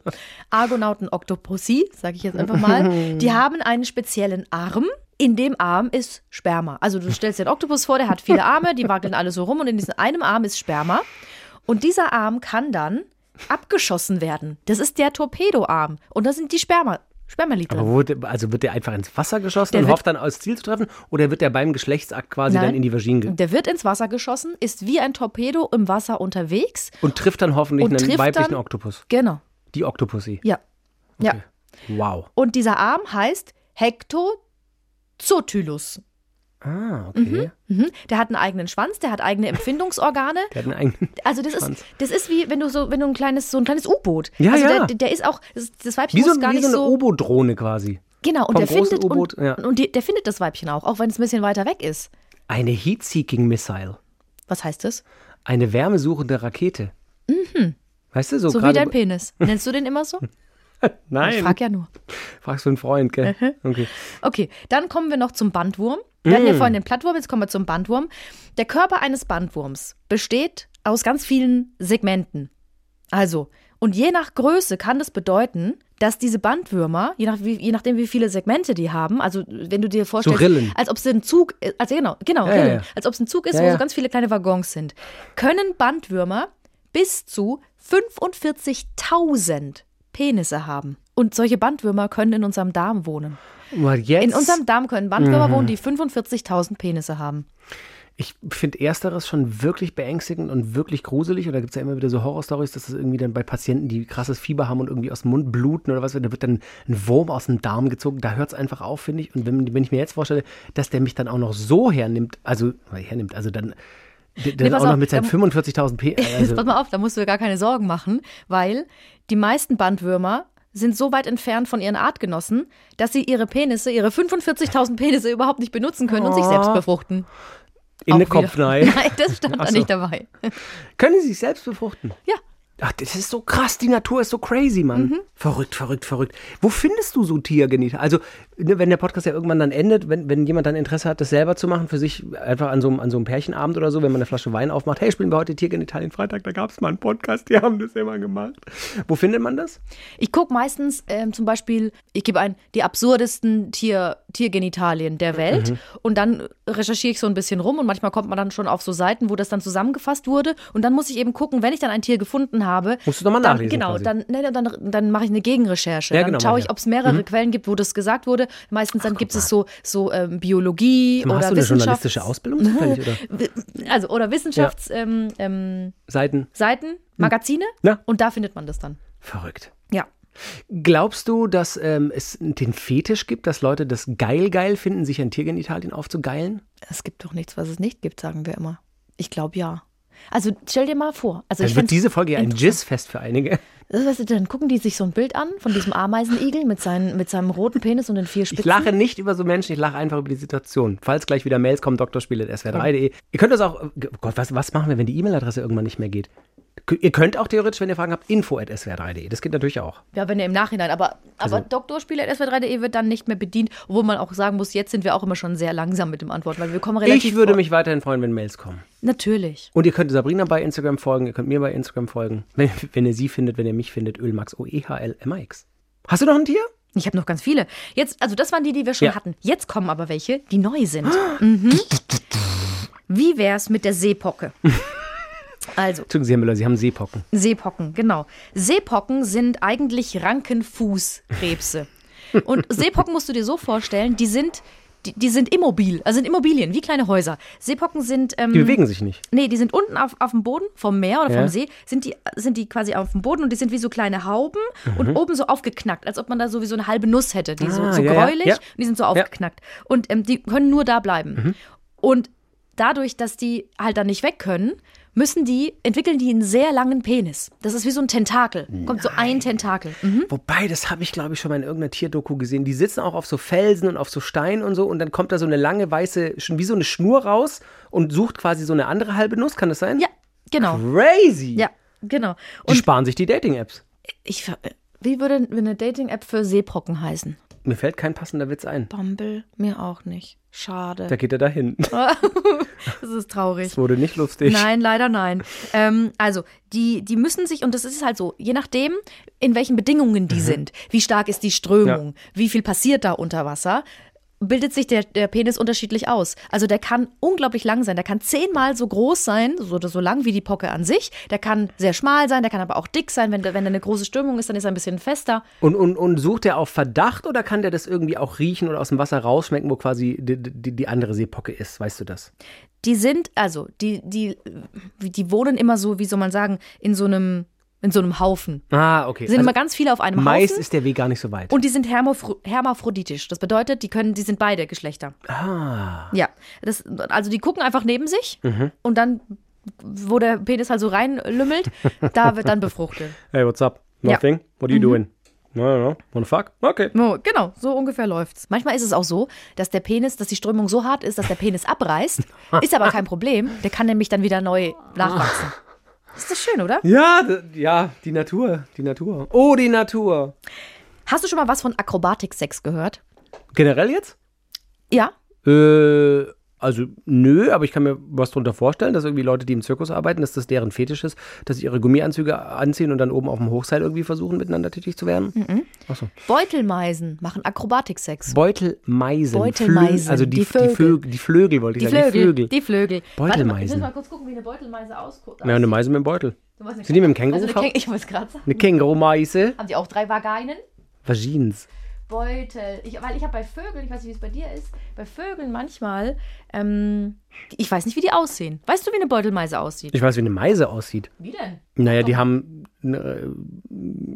Speaker 2: Argonauten-Oktopussi, sage ich jetzt einfach mal, die haben einen speziellen Arm. In dem Arm ist Sperma. Also du stellst dir den Oktopus vor, der hat viele Arme, die wackeln alle so rum und in diesem einem Arm ist Sperma. Und dieser Arm kann dann abgeschossen werden. Das ist der Torpedoarm. Und da sind die Sperma, Spermalit
Speaker 1: Aber
Speaker 2: drin.
Speaker 1: wo, der- also wird der einfach ins Wasser geschossen
Speaker 2: Der
Speaker 1: und
Speaker 2: wird-
Speaker 1: hofft dann aus Ziel zu treffen? Oder wird der beim Geschlechtsakt quasi dann in die Vagine ge
Speaker 2: der wird ins Wasser geschossen, ist wie ein Torpedo im Wasser unterwegs.
Speaker 1: und trifft dann hoffentlich
Speaker 2: Und
Speaker 1: einen
Speaker 2: trifft
Speaker 1: weiblichen
Speaker 2: dann-
Speaker 1: Oktopus?
Speaker 2: Genau.
Speaker 1: Die Oktopussy.
Speaker 2: Ja. Ja.
Speaker 1: Wow.
Speaker 2: Und dieser Arm heißt Hectozotylus.
Speaker 1: Ah, okay.
Speaker 2: Mhm. Der hat einen eigenen Schwanz, der hat eigene Empfindungsorgane.
Speaker 1: Der hat einen eigenen.
Speaker 2: Also das
Speaker 1: Schwanz.
Speaker 2: ist, das ist wie wenn du so, wenn du ein kleines, so ein kleines U-Boot.
Speaker 1: Ja,
Speaker 2: also
Speaker 1: ja.
Speaker 2: Der, der ist auch, das, das Weibchen
Speaker 1: Wie so,
Speaker 2: muss gar
Speaker 1: wie so
Speaker 2: nicht
Speaker 1: eine
Speaker 2: so.
Speaker 1: U-Boot-Drohne quasi.
Speaker 2: genau, und
Speaker 1: vom
Speaker 2: der
Speaker 1: großen
Speaker 2: findet
Speaker 1: U-Boot,
Speaker 2: und,
Speaker 1: ja.
Speaker 2: und die, der findet das Weibchen auch, auch wenn es ein bisschen weiter weg ist.
Speaker 1: Eine Heat-Seeking-Missile.
Speaker 2: Was heißt das?
Speaker 1: Eine wärmesuchende Rakete. Mhm. Weißt du, so,
Speaker 2: So wie
Speaker 1: Oh, gerade.
Speaker 2: dein Penis. Nennst du den immer so? Ich
Speaker 1: Nein,
Speaker 2: frag ja nur.
Speaker 1: fragst du einen Freund, gell? Okay.
Speaker 2: Okay, dann kommen wir noch zum Bandwurm. Wir hatten ja
Speaker 1: Mm.
Speaker 2: vorhin den Plattwurm, jetzt kommen wir zum Bandwurm. Der Körper eines Bandwurms besteht aus ganz vielen Segmenten. Also, und je nach Größe kann das bedeuten, dass diese Bandwürmer, je, nach, wie, je nachdem wie viele Segmente die haben, also wenn du dir vorstellst,
Speaker 1: Rillen.
Speaker 2: als ob es ein Zug ist, also genau, genau,
Speaker 1: Ja,
Speaker 2: Rillen,
Speaker 1: ja, ja.
Speaker 2: als ob es ein Zug ist,
Speaker 1: Ja,
Speaker 2: wo
Speaker 1: ja.
Speaker 2: so ganz viele kleine Waggons sind, können Bandwürmer bis zu 45.000 Penisse haben. Und solche Bandwürmer können in unserem Darm wohnen.
Speaker 1: Aber jetzt,
Speaker 2: Mhm.
Speaker 1: Mhm.
Speaker 2: In unserem Darm können Bandwürmer wohnen, die 45.000 Penisse haben.
Speaker 1: ich finde ersteres schon wirklich beängstigend und wirklich gruselig. Und da gibt es ja immer wieder so Horrorstories, dass das irgendwie dann bei Patienten, die krasses Fieber haben und irgendwie aus dem Mund bluten oder was, da wird dann ein Wurm aus dem Darm gezogen. Da hört es einfach auf, finde ich. Und wenn, wenn ich mir jetzt vorstelle, dass der mich dann auch noch so hernimmt, also hernimmt, also dann, dann
Speaker 2: Nee,
Speaker 1: auch
Speaker 2: pass
Speaker 1: noch
Speaker 2: auf,
Speaker 1: mit seinen
Speaker 2: da-
Speaker 1: 45.000 P. Also,
Speaker 2: Pass mal auf, da musst du dir gar keine Sorgen machen, weil die meisten Bandwürmer sind so weit entfernt von ihren Artgenossen, dass sie ihre Penisse, ihre 45.000 Penisse überhaupt nicht benutzen können und sich selbst befruchten.
Speaker 1: Oh. in eine
Speaker 2: Auch wieder.
Speaker 1: Kopfnei.
Speaker 2: Nein, das stand da
Speaker 1: so.
Speaker 2: nicht dabei.
Speaker 1: Können sie sich selbst befruchten?
Speaker 2: Ja,
Speaker 1: Ach, das ist so krass, die Natur ist so crazy, Mann.
Speaker 2: Mhm.
Speaker 1: Verrückt, verrückt, verrückt. Wo findest du so Tiergenita? Also, ne, wenn der Podcast ja irgendwann dann endet, wenn, wenn jemand dann Interesse hat, das selber zu machen, für sich einfach an so, einem- an so einem Pärchenabend oder so, wenn man eine Flasche Wein aufmacht, hey, spielen wir heute Tiergenitalien Freitag, da gab es mal einen Podcast, die haben das immer gemacht. Wo findet man das?
Speaker 2: ich gucke meistens ähm, zum Beispiel, ich gebe ein, die absurdesten Tier, Tiergenitalien der Welt
Speaker 1: Mhm.
Speaker 2: und dann recherchiere ich so ein bisschen rum und manchmal kommt man dann schon auf so Seiten, wo das dann zusammengefasst wurde und dann muss ich eben gucken, wenn ich dann ein Tier gefunden habe.
Speaker 1: Musst du noch mal
Speaker 2: dann,
Speaker 1: nachlesen
Speaker 2: Genau,
Speaker 1: quasi.
Speaker 2: dann, nee, dann, dann mache ich eine Gegenrecherche.
Speaker 1: Ja,
Speaker 2: dann
Speaker 1: genau, mach
Speaker 2: schaue
Speaker 1: ich.
Speaker 2: ich, ob es mehrere Quellen gibt, wo das gesagt wurde. Meistens dann gibt es so, so ähm, Biologie
Speaker 1: Hast
Speaker 2: oder
Speaker 1: du eine
Speaker 2: Wissenschafts-
Speaker 1: journalistische Ausbildung zufällig oder
Speaker 2: Also, oder Wissenschafts ähm, ähm,
Speaker 1: Seiten?
Speaker 2: Seiten, Magazine
Speaker 1: Hm. Ja.
Speaker 2: und da findet man das dann.
Speaker 1: Verrückt.
Speaker 2: Ja.
Speaker 1: Glaubst du, dass ähm, es den Fetisch gibt, dass Leute das geil geil finden, sich an Tiergenitalien aufzugeilen?
Speaker 2: Es gibt doch nichts, was es nicht gibt, sagen wir immer. Ich glaube ja. Also stell dir mal vor, also
Speaker 1: Dann
Speaker 2: ich
Speaker 1: wird
Speaker 2: find's-
Speaker 1: diese Folge ja ein Jizz-Fest für einige.
Speaker 2: Das heißt, dann gucken die sich so ein Bild an von diesem Ameisenigel mit, seinen, mit seinem roten Penis und den vier Spitzen.
Speaker 1: Ich lache nicht über so Menschen, ich lache einfach über die Situation. Falls gleich wieder Mails kommen, drspiele.swr3.de. Ihr könnt das auch, oh Gott, was, was machen wir, wenn die E-Mail-Adresse irgendwann nicht mehr geht? K- Ihr könnt auch theoretisch, wenn ihr Fragen habt, info.swr3.de. Das geht natürlich auch.
Speaker 2: Ja, wenn er im Nachhinein, aber,
Speaker 1: Also-
Speaker 2: aber Doktorspieler SW3.de E wird dann nicht mehr bedient, obwohl man auch sagen muss, jetzt sind wir auch immer schon sehr langsam mit dem Antworten, weil wir kommen relativ
Speaker 1: ich würde
Speaker 2: vor-
Speaker 1: mich weiterhin freuen, wenn Mails kommen.
Speaker 2: Natürlich.
Speaker 1: Und ihr könnt Sabrina bei Instagram folgen, ihr könnt mir bei Instagram folgen. Wenn, wenn ihr sie findet, wenn ihr mich findet, Ölmax, E O-E-H-L-M-A-X. Hast du noch ein Tier?
Speaker 2: Ich habe noch ganz viele. Jetzt, also das waren die, die wir schon
Speaker 1: Ja.
Speaker 2: hatten. Jetzt kommen aber welche, die neu sind. Mhm. Wie wär's mit der Seepocke? Also,
Speaker 1: Entschuldigung, Sie, Herr Müller, Sie haben Seepocken.
Speaker 2: Seepocken, genau. Seepocken sind eigentlich Rankenfußkrebse. Und Seepocken musst du dir so vorstellen, die sind, die, die sind immobil, also sind Immobilien, wie kleine Häuser. Seepocken sind. Ähm,
Speaker 1: Die bewegen sich nicht.
Speaker 2: Nee, die sind unten auf, auf dem Boden vom Meer oder
Speaker 1: Ja.
Speaker 2: vom See, sind die, sind die quasi auf dem Boden und die sind wie so kleine Hauben und oben so aufgeknackt, als ob man da sowieso eine halbe Nuss hätte. Die so,
Speaker 1: Mhm. Ah,
Speaker 2: so
Speaker 1: ja, ja,
Speaker 2: gräulich
Speaker 1: ja. Mhm.
Speaker 2: und die sind so aufgeknackt. Und ähm, die können nur da bleiben. Und dadurch, dass die halt dann nicht weg können, müssen die, entwickeln die einen sehr langen Penis. Das ist wie so ein Tentakel. Kommt so ein Tentakel. Mhm.
Speaker 1: Wobei, das habe ich, glaube ich, schon mal in irgendeiner Tierdoku gesehen. Die sitzen auch auf so Felsen und auf so Steinen und so und dann kommt da so eine lange weiße, schon wie so eine Schnur raus und sucht quasi so eine andere halbe Nuss, kann das sein?
Speaker 2: Ja, genau.
Speaker 1: Crazy!
Speaker 2: Ja, genau.
Speaker 1: Die
Speaker 2: Und
Speaker 1: sparen sich die Dating-Apps.
Speaker 2: ich, ver- wie würde eine Dating-App für Seebrocken heißen?
Speaker 1: Mir fällt kein passender Witz ein.
Speaker 2: Bumble? Mir auch nicht.
Speaker 1: Da
Speaker 2: Schade.
Speaker 1: geht er dahin.
Speaker 2: Das ist traurig.
Speaker 1: Das wurde nicht lustig.
Speaker 2: Nein, leider nein. Ähm, also, die, die müssen sich, und das ist halt so, je nachdem, in welchen Bedingungen die sind, wie stark ist die Strömung, wie viel passiert da unter Wasser, bildet sich der, der Penis unterschiedlich aus. Also der kann unglaublich lang sein, der kann zehnmal so groß sein, so oder so lang wie die Pocke an sich, der kann sehr schmal sein, der kann aber auch dick sein, wenn, da- wenn da eine große Strömung ist, dann ist er ein bisschen fester.
Speaker 1: Und, und, und sucht er auf Verdacht oder kann der das irgendwie auch riechen oder aus dem Wasser rausschmecken, wo quasi die, die, die andere Seepocke ist? Weißt du das?
Speaker 2: Die sind, also, die, die, die wohnen immer so, wie soll man sagen, in so einem, in so einem Haufen.
Speaker 1: Ah, okay.
Speaker 2: Es sind
Speaker 1: Also
Speaker 2: immer ganz viele auf einem
Speaker 1: meist
Speaker 2: Haufen.
Speaker 1: ist der Weg gar nicht so weit.
Speaker 2: Und die sind hermafro- hermaphroditisch. Das bedeutet, die können, die sind beide Geschlechter.
Speaker 1: ah,
Speaker 2: Ja. Das, also die gucken einfach neben sich und dann, wo der Penis halt so reinlümmelt, da wird dann befruchtet.
Speaker 1: hey, what's up?
Speaker 2: Ja. Nothing?
Speaker 1: What are you doing? No, no, no. Wanna fuck? Okay.
Speaker 2: No, genau, so ungefähr läuft's. Manchmal ist es auch so, dass der Penis, dass die Strömung so hart ist, dass der Penis abreißt. Ist aber kein Problem. Der kann nämlich dann wieder neu nachwachsen. Ist das schön, oder?
Speaker 1: Ja, d- ja, die Natur, die Natur. Oh, die Natur.
Speaker 2: Hast du schon mal was von Akrobatiksex gehört?
Speaker 1: Generell jetzt?
Speaker 2: Ja.
Speaker 1: Äh, also nö, aber ich kann mir was drunter vorstellen, dass irgendwie Leute, die im Zirkus arbeiten, dass das deren Fetisch ist, dass sie ihre Gummianzüge anziehen und dann oben auf dem Hochseil irgendwie versuchen, miteinander tätig zu werden.
Speaker 2: Beutelmeisen machen Akrobatiksex.
Speaker 1: Beutelmeisen.
Speaker 2: Beutelmeisen,
Speaker 1: Flö- Also die,
Speaker 2: die
Speaker 1: die Vögel. Die Vögel, wollte ich
Speaker 2: Die
Speaker 1: sagen.
Speaker 2: Flögel,
Speaker 1: Die
Speaker 2: die Flögel.
Speaker 1: Vögel.
Speaker 2: Warte mal,
Speaker 1: Beutelmeisen.
Speaker 2: ich muss mal kurz gucken, wie eine Beutelmeise ausguckt. Also,
Speaker 1: Ja, eine Meise mit dem Beutel.
Speaker 2: Du weißt nicht.
Speaker 1: Sind die mit dem Känguru?
Speaker 2: also eine Käng ich wollte es gerade sagen.
Speaker 1: eine Kängurumeise.
Speaker 2: Haben die auch drei Vaginen?
Speaker 1: Vagins.
Speaker 2: Beutel. Ich, weil ich habe bei Vögeln, ich weiß nicht, wie es bei dir ist, bei Vögeln manchmal, ähm, ich weiß nicht, wie die aussehen. Weißt du, wie eine Beutelmeise aussieht?
Speaker 1: Ich weiß, wie eine Meise aussieht.
Speaker 2: Wie denn?
Speaker 1: Naja, die haben äh,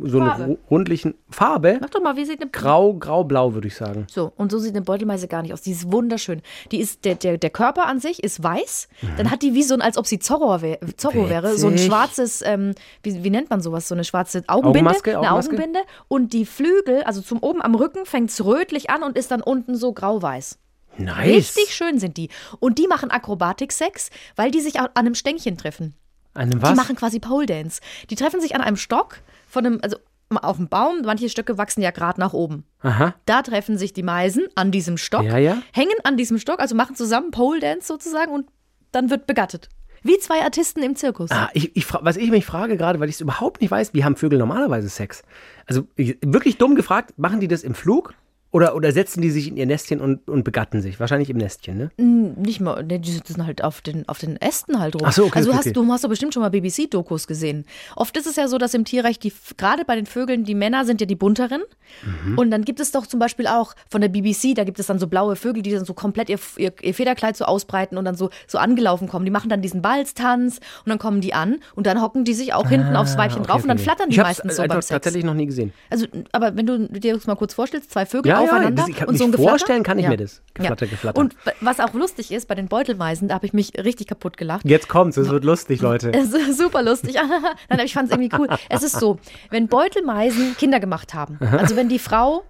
Speaker 1: so
Speaker 2: Farbe.
Speaker 1: eine ru- rundlichen Farbe.
Speaker 2: Mach doch mal, wie sieht eine
Speaker 1: Grau, grau-blau, würde ich sagen.
Speaker 2: So, und so sieht eine Beutelmeise gar nicht aus. Die ist wunderschön. Die ist, der, der, der Körper an sich ist weiß. Dann hat die wie so ein, als ob sie Zorro, wär, Zorro wäre. So ein
Speaker 1: Mhm. Witzig.
Speaker 2: schwarzes, ähm, wie, wie nennt man sowas? So eine schwarze Augenbinde.
Speaker 1: Augenmaske,
Speaker 2: eine
Speaker 1: Augenmaske.
Speaker 2: Augenbinde. Und die Flügel, also zum oben am Rücken, fängt es rötlich an und ist dann unten so grau-weiß.
Speaker 1: Nice.
Speaker 2: Richtig schön sind die. Und die machen Akrobatiksex, weil die sich an einem Stängchen treffen.
Speaker 1: Eine was?
Speaker 2: Die machen quasi Pole Dance. Die treffen sich an einem Stock von einem, also auf dem Baum. Manche Stöcke wachsen ja gerade nach oben.
Speaker 1: Aha.
Speaker 2: Da treffen sich die Meisen an diesem Stock,
Speaker 1: Ja, ja.
Speaker 2: hängen an diesem Stock, also machen zusammen Pole Dance sozusagen und dann wird begattet. Wie zwei Artisten im Zirkus.
Speaker 1: Ah, ich, ich, fra- was ich mich frage gerade, weil ich es überhaupt nicht weiß, wie haben Vögel normalerweise Sex? Also ich, wirklich dumm gefragt, machen die das im Flug? Oder, oder setzen die sich in ihr Nestchen und, und begatten sich? Wahrscheinlich im Nestchen, ne?
Speaker 2: Nicht mal, ne, die sitzen halt auf den, auf den Ästen halt rum.
Speaker 1: Ach so, okay,
Speaker 2: also
Speaker 1: okay,
Speaker 2: hast,
Speaker 1: okay.
Speaker 2: du hast doch bestimmt schon mal BBC-Dokus gesehen. Oft ist es ja so, dass im Tierreich, die, gerade bei den Vögeln, die Männer sind ja die bunteren.
Speaker 1: Mhm.
Speaker 2: Und dann gibt es doch zum Beispiel auch von der BBC, da gibt es dann so blaue Vögel, die dann so komplett ihr, ihr, ihr Federkleid so ausbreiten und dann so, so angelaufen kommen. Die machen dann diesen Balztanz und dann kommen die an und dann hocken die sich auch hinten aufs Weibchen drauf und dann flattern die
Speaker 1: Ah, ich hab's
Speaker 2: meistens so
Speaker 1: einfach
Speaker 2: beim Sex.
Speaker 1: tatsächlich noch nie gesehen.
Speaker 2: Also, aber wenn du dir das mal kurz vorstellst, zwei Vögel
Speaker 1: Ja, ja,
Speaker 2: aufeinander
Speaker 1: das- ich kann
Speaker 2: und so ein
Speaker 1: mich
Speaker 2: Geflatter.
Speaker 1: vorstellen, kann ich mir das. Geflatter, Geflatter.
Speaker 2: Und w- was auch lustig ist, bei den Beutelmeisen, da habe ich mich richtig kaputt gelacht.
Speaker 1: Jetzt kommt's, es wird lustig, Leute.
Speaker 2: Es ist super lustig. Nein, aber ich fand es irgendwie cool. Es ist so, wenn Beutelmeisen Kinder gemacht haben, also wenn die Frau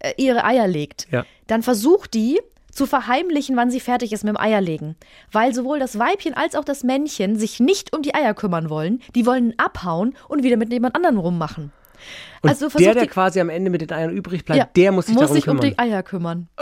Speaker 2: äh, ihre Eier legt,
Speaker 1: Ja.
Speaker 2: dann versucht die zu verheimlichen, wann sie fertig ist mit dem Eierlegen. Weil sowohl das Weibchen als auch das Männchen sich nicht um die Eier kümmern wollen. Die wollen abhauen und wieder mit jemand anderen rummachen.
Speaker 1: Und
Speaker 2: also versucht
Speaker 1: der, der
Speaker 2: die-
Speaker 1: quasi am Ende mit den Eiern übrig bleibt,
Speaker 2: ja,
Speaker 1: der muss sich darum
Speaker 2: sich um
Speaker 1: kümmern.
Speaker 2: die Eier kümmern.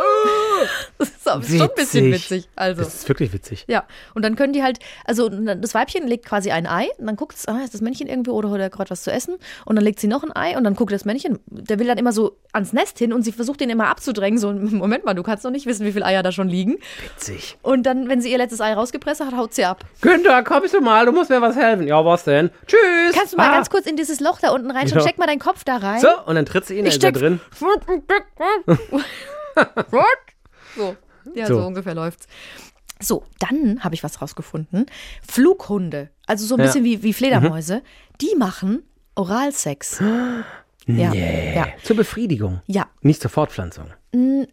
Speaker 2: Das ist aber schon ein bisschen witzig. Also.
Speaker 1: Das ist wirklich witzig.
Speaker 2: Ja, und dann können die halt, also das Weibchen legt quasi ein Ei und dann guckt es, ah, ist das Männchen irgendwo oder hat er gerade was zu essen? Und dann legt sie noch ein Ei und dann guckt das Männchen, der will dann immer so ans Nest hin und sie versucht den immer abzudrängen, so Moment mal, du kannst doch nicht wissen, wie viele Eier da schon liegen.
Speaker 1: Witzig.
Speaker 2: Und dann, wenn sie ihr letztes Ei rausgepresst hat, haut sie ab.
Speaker 1: Günther, kommst du mal, du musst mir was helfen. Ja, was denn? Tschüss.
Speaker 2: Kannst du mal
Speaker 1: Ah.
Speaker 2: ganz kurz in dieses Loch da unten reinschauen,
Speaker 1: Ja.
Speaker 2: steck mal deinen Kopf da rein.
Speaker 1: So, und dann tritt sie ihn, dann
Speaker 2: ich
Speaker 1: ist er
Speaker 2: steck
Speaker 1: drin.
Speaker 2: So, ja, so,
Speaker 1: So.
Speaker 2: ungefähr läuft's. So, dann habe ich was rausgefunden. Flughunde, also so ein
Speaker 1: Ja. Mhm.
Speaker 2: bisschen wie, wie Fledermäuse, die machen Oralsex. Ja, ja,
Speaker 1: Zur Befriedigung.
Speaker 2: ja.
Speaker 1: Nicht zur Fortpflanzung.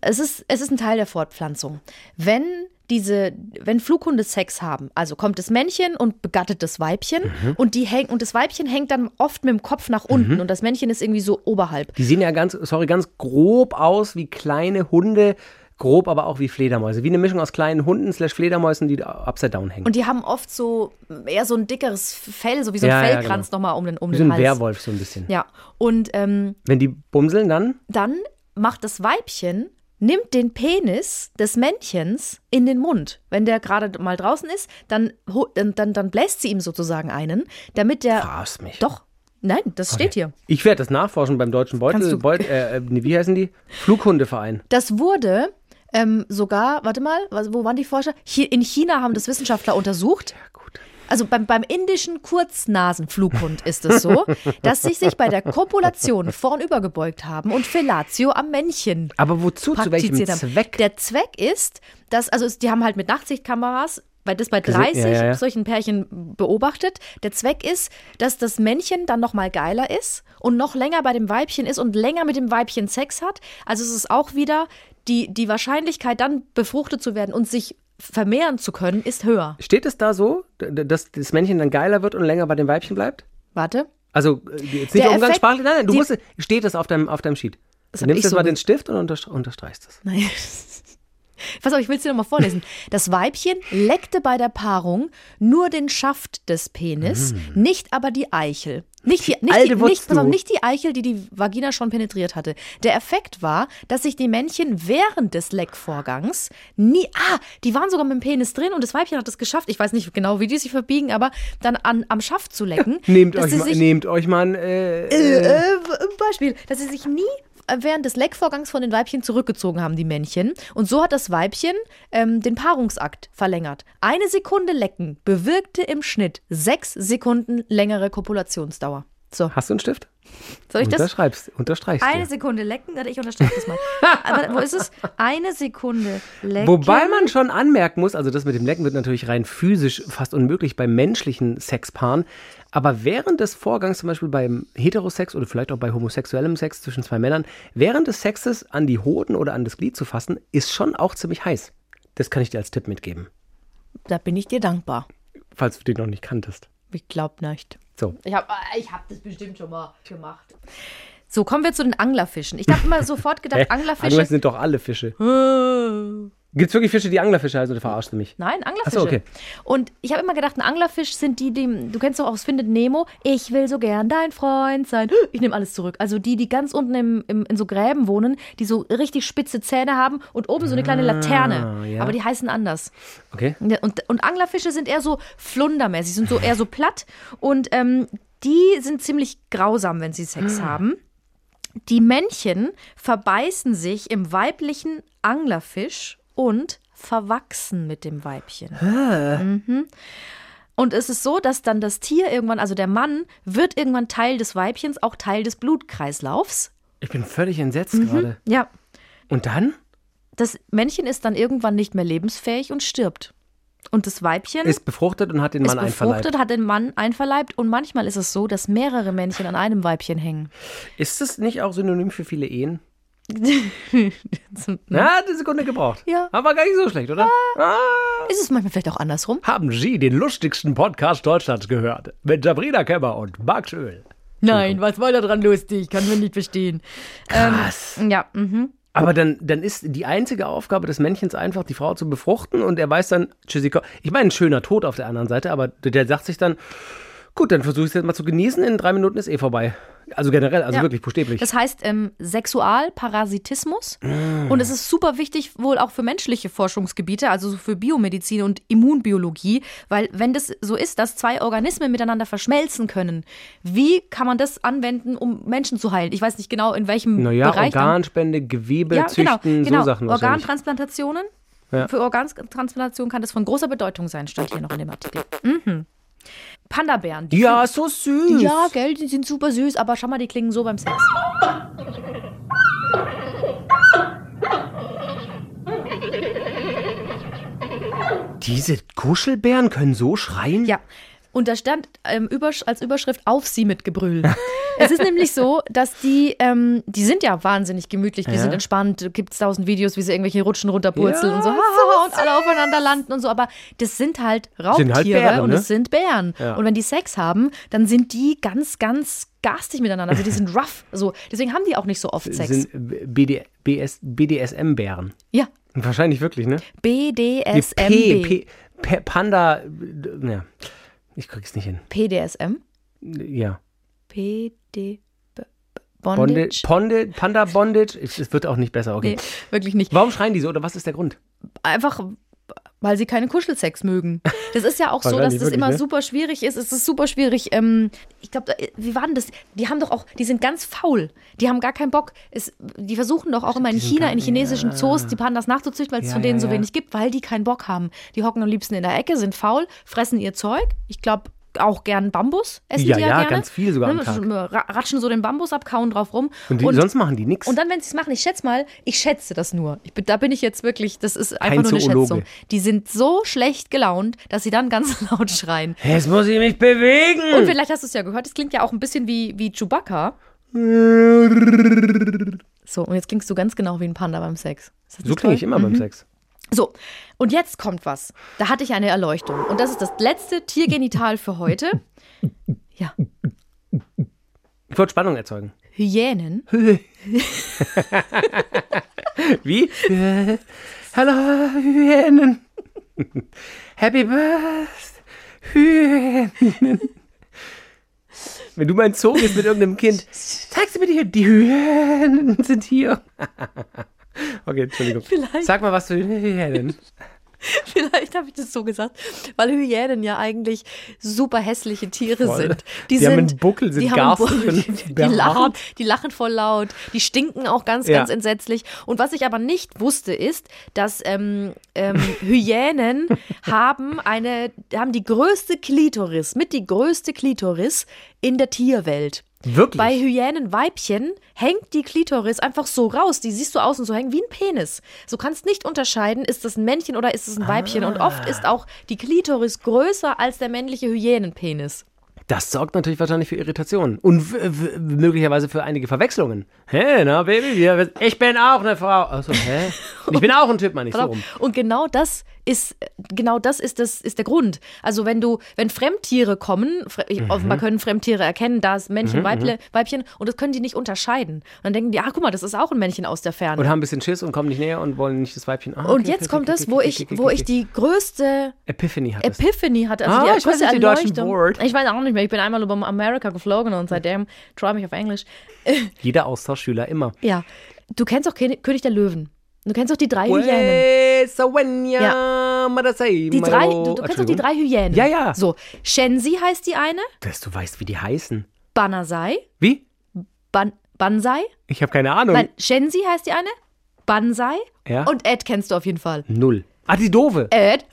Speaker 2: Es ist, es ist ein Teil der Fortpflanzung. Wenn diese, wenn Flughunde Sex haben, also kommt das Männchen und begattet das Weibchen
Speaker 1: Mhm.
Speaker 2: und die hängen und das Weibchen hängt dann oft mit dem Kopf nach unten und das Männchen ist irgendwie so oberhalb.
Speaker 1: Die sehen ja ganz, sorry, ganz grob aus wie kleine Hunde, grob aber auch wie Fledermäuse. Wie eine Mischung aus kleinen Hunden slash Fledermäusen, die da upside down hängen.
Speaker 2: Und die haben oft so eher so ein dickeres Fell, so wie so ein
Speaker 1: Ja, ja,
Speaker 2: Fellkranz
Speaker 1: genau.
Speaker 2: nochmal um den, um
Speaker 1: wie so
Speaker 2: den
Speaker 1: ein
Speaker 2: Hals.
Speaker 1: Werwolf so ein bisschen.
Speaker 2: Ja. Und ähm,
Speaker 1: Wenn die bumseln, dann
Speaker 2: dann macht das Weibchen, nimmt den Penis des Männchens in den Mund. Wenn der gerade mal draußen ist, dann, ho- dann, dann, dann bläst sie ihm sozusagen einen, damit der.
Speaker 1: verarsch mich.
Speaker 2: Doch. Nein, das steht hier.
Speaker 1: Ich werde das nachforschen beim Deutschen
Speaker 2: Kannst
Speaker 1: Beutel,
Speaker 2: du-
Speaker 1: Beut, äh, äh, nee, wie heißen die? Flughundeverein.
Speaker 2: Das wurde ähm, sogar, warte mal, was- wo waren die Forscher? Hier, in China haben das Wissenschaftler untersucht.
Speaker 1: Gut.
Speaker 2: Also beim, beim indischen Kurznasenflughund ist es so, dass sich sich bei der Kopulation vornübergebeugt haben und Fellatio am Männchen
Speaker 1: Aber wozu, zu welchem
Speaker 2: praktiziert haben.
Speaker 1: Zweck?
Speaker 2: Der Zweck ist, dass, also es- die haben halt mit Nachtsichtkameras, weil das bei
Speaker 1: Gesehen,
Speaker 2: 30
Speaker 1: ja, ja, ja.
Speaker 2: solchen Pärchen beobachtet, der Zweck ist, dass das Männchen dann nochmal geiler ist und noch länger bei dem Weibchen ist und länger mit dem Weibchen Sex hat. Also es ist auch wieder, die, die Wahrscheinlichkeit dann befruchtet zu werden und sich vermehren zu können, ist höher.
Speaker 1: Steht es da so, d- d- dass das Männchen dann geiler wird und länger bei dem Weibchen bleibt?
Speaker 2: Warte.
Speaker 1: Also äh, jetzt nicht
Speaker 2: Der
Speaker 1: umgangssprachlich, nein, nein, du
Speaker 2: die-
Speaker 1: musst, steht es auf deinem, auf deinem Sheet. Du
Speaker 2: hab
Speaker 1: nimmst
Speaker 2: ich
Speaker 1: jetzt
Speaker 2: so
Speaker 1: mal
Speaker 2: ge-
Speaker 1: den Stift und unterstre- unterstreichst es.
Speaker 2: Nein. Pass auf, ich will es dir nochmal vorlesen. Das Weibchen leckte bei der Paarung nur den Schaft des Penis, nicht aber die Eichel. Nicht die, nicht, die,
Speaker 1: Mm. alte Wurst,
Speaker 2: nicht, pass auf,
Speaker 1: du.
Speaker 2: nicht die Eichel, die die Vagina schon penetriert hatte. Der Effekt war, dass sich die Männchen während des Leckvorgangs nie. Ah, die waren sogar mit dem Penis drin und das Weibchen hat es geschafft. Ich weiß nicht genau, wie die sich verbiegen, aber dann an, am Schaft zu lecken.
Speaker 1: Nehmt
Speaker 2: dass
Speaker 1: euch,
Speaker 2: sie
Speaker 1: mal,
Speaker 2: sich-
Speaker 1: nehmt euch mal ein, äh,
Speaker 2: äh, w- Beispiel, dass sie sich nie während des Leckvorgangs von den Weibchen zurückgezogen haben, die Männchen. Und so hat das Weibchen ähm, den Paarungsakt verlängert. Eine Sekunde Lecken bewirkte im Schnitt sechs Sekunden längere Kopulationsdauer. So,
Speaker 1: Hast du einen Stift?
Speaker 2: soll ich das?
Speaker 1: Unterschreibst, unterstreichst
Speaker 2: Eine
Speaker 1: du.
Speaker 2: Sekunde lecken? Warte, Ich unterstreiche das mal. Aber wo ist es? Eine Sekunde lecken.
Speaker 1: Wobei man schon anmerken muss, also das mit dem Lecken wird natürlich rein physisch fast unmöglich bei menschlichen Sexpaaren. Aber während des Vorgangs, zum Beispiel beim Heterosex oder vielleicht auch bei homosexuellem Sex zwischen zwei Männern, während des Sexes an die Hoden oder an das Glied zu fassen, ist schon auch ziemlich heiß. Das kann ich dir als Tipp mitgeben,
Speaker 2: Da bin ich dir dankbar.
Speaker 1: falls du den noch nicht kanntest.
Speaker 2: Ich glaub nicht.
Speaker 1: So,
Speaker 2: Ich habe ich hab das bestimmt schon mal gemacht. So, kommen wir zu den Anglerfischen. Ich habe immer sofort gedacht,
Speaker 1: Hä?
Speaker 2: Anglerfische.
Speaker 1: Angler sind doch alle Fische. Gibt es wirklich Fische, die Anglerfische heißen oder verarschst du mich?
Speaker 2: Nein, Anglerfische.
Speaker 1: Ach so, okay.
Speaker 2: Und ich habe immer gedacht, ein Anglerfisch sind die, die, du kennst doch auch aus Findet Nemo, ich will so gern dein Freund sein. Ich nehme alles zurück. Also die, die ganz unten im, im, in so Gräben wohnen, die so richtig spitze Zähne haben und oben so eine kleine Laterne.
Speaker 1: Ah, ja.
Speaker 2: Aber die heißen anders.
Speaker 1: Okay.
Speaker 2: Ja, Und, und Anglerfische sind eher so flundermäßig, sind so eher so platt und ähm, die sind ziemlich grausam, wenn sie Sex haben. Die Männchen verbeißen sich im weiblichen Anglerfisch und verwachsen mit dem Weibchen. Mhm. Und es ist so, dass dann das Tier irgendwann, also der Mann, wird irgendwann Teil des Weibchens, auch Teil des Blutkreislaufs.
Speaker 1: Ich bin völlig entsetzt
Speaker 2: Mhm.
Speaker 1: gerade.
Speaker 2: Ja,
Speaker 1: Und dann
Speaker 2: das Männchen ist dann irgendwann nicht mehr lebensfähig und stirbt. Und das Weibchen
Speaker 1: ist befruchtet und hat den Mann
Speaker 2: ist
Speaker 1: einverleibt.
Speaker 2: befruchtet, hat den Mann einverleibt und manchmal ist es so, dass mehrere Männchen an einem Weibchen hängen.
Speaker 1: Ist das nicht auch synonym für viele Ehen? Na, hat eine Sekunde gebraucht.
Speaker 2: Ja.
Speaker 1: Aber gar nicht so schlecht, oder?
Speaker 2: Ist es manchmal vielleicht auch andersrum?
Speaker 1: Haben Sie den lustigsten Podcast Deutschlands gehört? Mit Sabrina Kemmer und Max Öl.
Speaker 2: Nein, was war da dran lustig? Kann man nicht verstehen.
Speaker 1: Krass.
Speaker 2: Ähm, ja, mhm.
Speaker 1: Aber dann, dann ist die einzige Aufgabe des Männchens einfach, die Frau zu befruchten und er weiß dann, Tschüssikowski. Ich meine, ein schöner Tod auf der anderen Seite, aber der sagt sich dann, gut, dann versuche ich es jetzt mal zu genießen, in drei Minuten ist eh vorbei. Also generell, also
Speaker 2: Ja.
Speaker 1: wirklich buchstäblich.
Speaker 2: Das heißt ähm, Sexualparasitismus. Und es ist super wichtig, wohl auch für menschliche Forschungsgebiete, also so für Biomedizin und Immunbiologie, weil wenn das so ist, dass zwei Organismen miteinander verschmelzen können, wie kann man das anwenden, um Menschen zu heilen? Ich weiß nicht genau, in welchem
Speaker 1: Naja,
Speaker 2: Bereich. dann.
Speaker 1: Organspende, Gewebe züchten,
Speaker 2: genau, genau.
Speaker 1: so Sachen wahrscheinlich.
Speaker 2: Organtransplantationen.
Speaker 1: Ja.
Speaker 2: Für Organtransplantationen kann das von großer Bedeutung sein, stand hier noch in dem Artikel. Mhm. Panda-Bären. die
Speaker 1: Ja, so süß.
Speaker 2: sind- ja, gell, die sind super süß, aber schau mal, die klingen so beim Sex.
Speaker 1: Diese Kuschelbären können so schreien?
Speaker 2: Ja. Und da stand ähm, übersch als Überschrift auf sie mit Gebrüll. Es ist nämlich so, dass die, ähm, die sind ja wahnsinnig gemütlich, die
Speaker 1: Ja.
Speaker 2: sind entspannt, gibt es tausend Videos, wie sie irgendwelche Rutschen runterpurzeln
Speaker 1: Ja,
Speaker 2: und so, haha, und alle aufeinander landen und so, aber das sind halt Raubtiere
Speaker 1: Sind halt Bären,
Speaker 2: und
Speaker 1: ne?
Speaker 2: es sind Bären.
Speaker 1: Ja.
Speaker 2: Und wenn die Sex haben, dann sind die ganz, ganz garstig miteinander, also die sind rough, so. Deswegen haben die auch nicht so oft Sex.
Speaker 1: Sind BD, BS, BDSM-Bären.
Speaker 2: ja,
Speaker 1: Wahrscheinlich wirklich, ne? Die
Speaker 2: BDSM,
Speaker 1: P, P, P, Panda, äh, ja. Ich krieg's nicht hin.
Speaker 2: PDSM,
Speaker 1: Ja.
Speaker 2: PD, B- B-
Speaker 1: Bondage.
Speaker 2: Bondage.
Speaker 1: Bondage Panda Bondage. Es es wird auch nicht besser, okay.
Speaker 2: Nee, wirklich nicht.
Speaker 1: Warum schreien die so oder was ist der Grund?
Speaker 2: einfach weil sie keine Kuschelsex mögen. Das ist ja auch so, dass
Speaker 1: Wahrscheinlich
Speaker 2: das
Speaker 1: wirklich,
Speaker 2: immer
Speaker 1: ne?
Speaker 2: super schwierig ist. Es ist super schwierig. Ähm, ich glaube, wie war denn das? Die haben doch auch, die sind ganz faul. Die haben gar keinen Bock. Es, die versuchen doch auch immer in
Speaker 1: sind
Speaker 2: China,
Speaker 1: gar-
Speaker 2: in chinesischen Zoos, die Pandas nachzuzüchten, weil es
Speaker 1: Ja,
Speaker 2: von denen
Speaker 1: ja,
Speaker 2: so
Speaker 1: ja.
Speaker 2: wenig gibt, weil die keinen Bock haben. Die hocken am liebsten in der Ecke, sind faul, fressen ihr Zeug. Ich glaube, auch gern Bambus essen
Speaker 1: Ja,
Speaker 2: die ja,
Speaker 1: ja,
Speaker 2: gerne.
Speaker 1: ganz viel sogar am
Speaker 2: Ne,
Speaker 1: Tag.
Speaker 2: ra- Ratschen so den Bambus ab, kauen drauf rum.
Speaker 1: Und, die, sonst machen die nichts.
Speaker 2: Und dann, wenn sie es machen, ich schätze mal, ich schätze das nur. Ich bin, da bin ich jetzt wirklich, das ist einfach
Speaker 1: Kein
Speaker 2: nur eine
Speaker 1: Zoologe.
Speaker 2: Schätzung. Die sind so schlecht gelaunt, dass sie dann ganz laut schreien.
Speaker 1: Jetzt muss ich mich bewegen.
Speaker 2: Und vielleicht hast du es ja gehört, es klingt ja auch ein bisschen wie, wie Chewbacca. So, und jetzt klingst du ganz genau wie ein Panda beim Sex. Ist
Speaker 1: so
Speaker 2: das nicht
Speaker 1: klinge
Speaker 2: toll?
Speaker 1: ich immer beim Sex.
Speaker 2: So, und jetzt kommt was. Da hatte ich eine Erleuchtung. Und das ist das letzte Tiergenital für heute. Ja,
Speaker 1: Ich wollte Spannung erzeugen.
Speaker 2: Hyänen.
Speaker 1: Wie? Äh, Hallo, Hyänen. Happy Birthday, Hyänen. Wenn du mal in Zoo gehst mit irgendeinem Kind, zeigst du mir die, Hy- die Hyänen sind hier. Okay, Entschuldigung.
Speaker 2: Vielleicht.
Speaker 1: Sag mal was zu den Hyänen.
Speaker 2: Vielleicht habe ich das so gesagt, weil Hyänen ja eigentlich super hässliche Tiere
Speaker 1: Voll.
Speaker 2: sind.
Speaker 1: Die haben einen Buckel, sind
Speaker 2: die haben einen
Speaker 1: garstig
Speaker 2: Buckel,
Speaker 1: und
Speaker 2: die, lachen,
Speaker 1: behaart.
Speaker 2: die lachen voll laut, die stinken auch ganz,
Speaker 1: Ja.
Speaker 2: ganz entsetzlich. Und was ich aber nicht wusste, ist, dass ähm, ähm, Hyänen haben eine, haben die größte Klitoris, mit die größte Klitoris in der Tierwelt.
Speaker 1: Wirklich?
Speaker 2: Bei Hyänenweibchen hängt die Klitoris einfach so raus. Die siehst du außen so hängen wie ein Penis. Du kannst nicht unterscheiden, ist das ein Männchen oder ist es ein Weibchen. Und
Speaker 1: Ah.
Speaker 2: oft ist auch die Klitoris größer als der männliche Hyänenpenis.
Speaker 1: Das sorgt natürlich wahrscheinlich für Irritationen und w- w- möglicherweise für einige Verwechslungen. Hä, na Baby, wir- ich bin auch eine Frau. Achso, hä? Und Ich bin auch ein Typ, meine ich, so
Speaker 2: Pass auf.
Speaker 1: rum.
Speaker 2: Und genau das ist genau das ist das ist der Grund. Also wenn du wenn Fremdtiere kommen, fre
Speaker 1: Mhm.
Speaker 2: offenbar können Fremdtiere erkennen, da ist Männchen, Weible, Weibchen und das können die nicht unterscheiden. Und dann denken die, ah guck mal, das ist auch ein Männchen aus der Ferne.
Speaker 1: Und haben ein bisschen Schiss und kommen nicht näher und wollen nicht das Weibchen. Ah, okay,
Speaker 2: und jetzt
Speaker 1: okay,
Speaker 2: kommt
Speaker 1: okay,
Speaker 2: das,
Speaker 1: okay,
Speaker 2: wo
Speaker 1: okay,
Speaker 2: ich
Speaker 1: okay,
Speaker 2: wo
Speaker 1: okay.
Speaker 2: ich die größte
Speaker 1: Epiphany hattest.
Speaker 2: Epiphany hatte. Also
Speaker 1: Ah,
Speaker 2: die
Speaker 1: ich weiß
Speaker 2: größte
Speaker 1: nicht die deutschen
Speaker 2: Erleuchtung.
Speaker 1: Word.
Speaker 2: Ich weiß auch nicht mehr. Ich bin einmal über Amerika geflogen und seitdem träume ich auf Englisch.
Speaker 1: Jeder Austauschschüler immer.
Speaker 2: Ja. Du kennst auch Ken- König der Löwen. Du kennst auch die drei Hyänen.
Speaker 1: Ja.
Speaker 2: Die drei, du, du kennst auch die drei Hyänen.
Speaker 1: Ja, ja.
Speaker 2: So, Shenzi heißt die eine,
Speaker 1: Dass du weißt, wie die heißen.
Speaker 2: Banasai,
Speaker 1: Wie?
Speaker 2: Ban Bansai.
Speaker 1: Ich habe keine Ahnung.
Speaker 2: Nein, Shenzi heißt die eine, Bansai.
Speaker 1: Ja.
Speaker 2: Und Ed kennst du auf jeden Fall.
Speaker 1: Null. Ah, die Dove.
Speaker 2: Ed.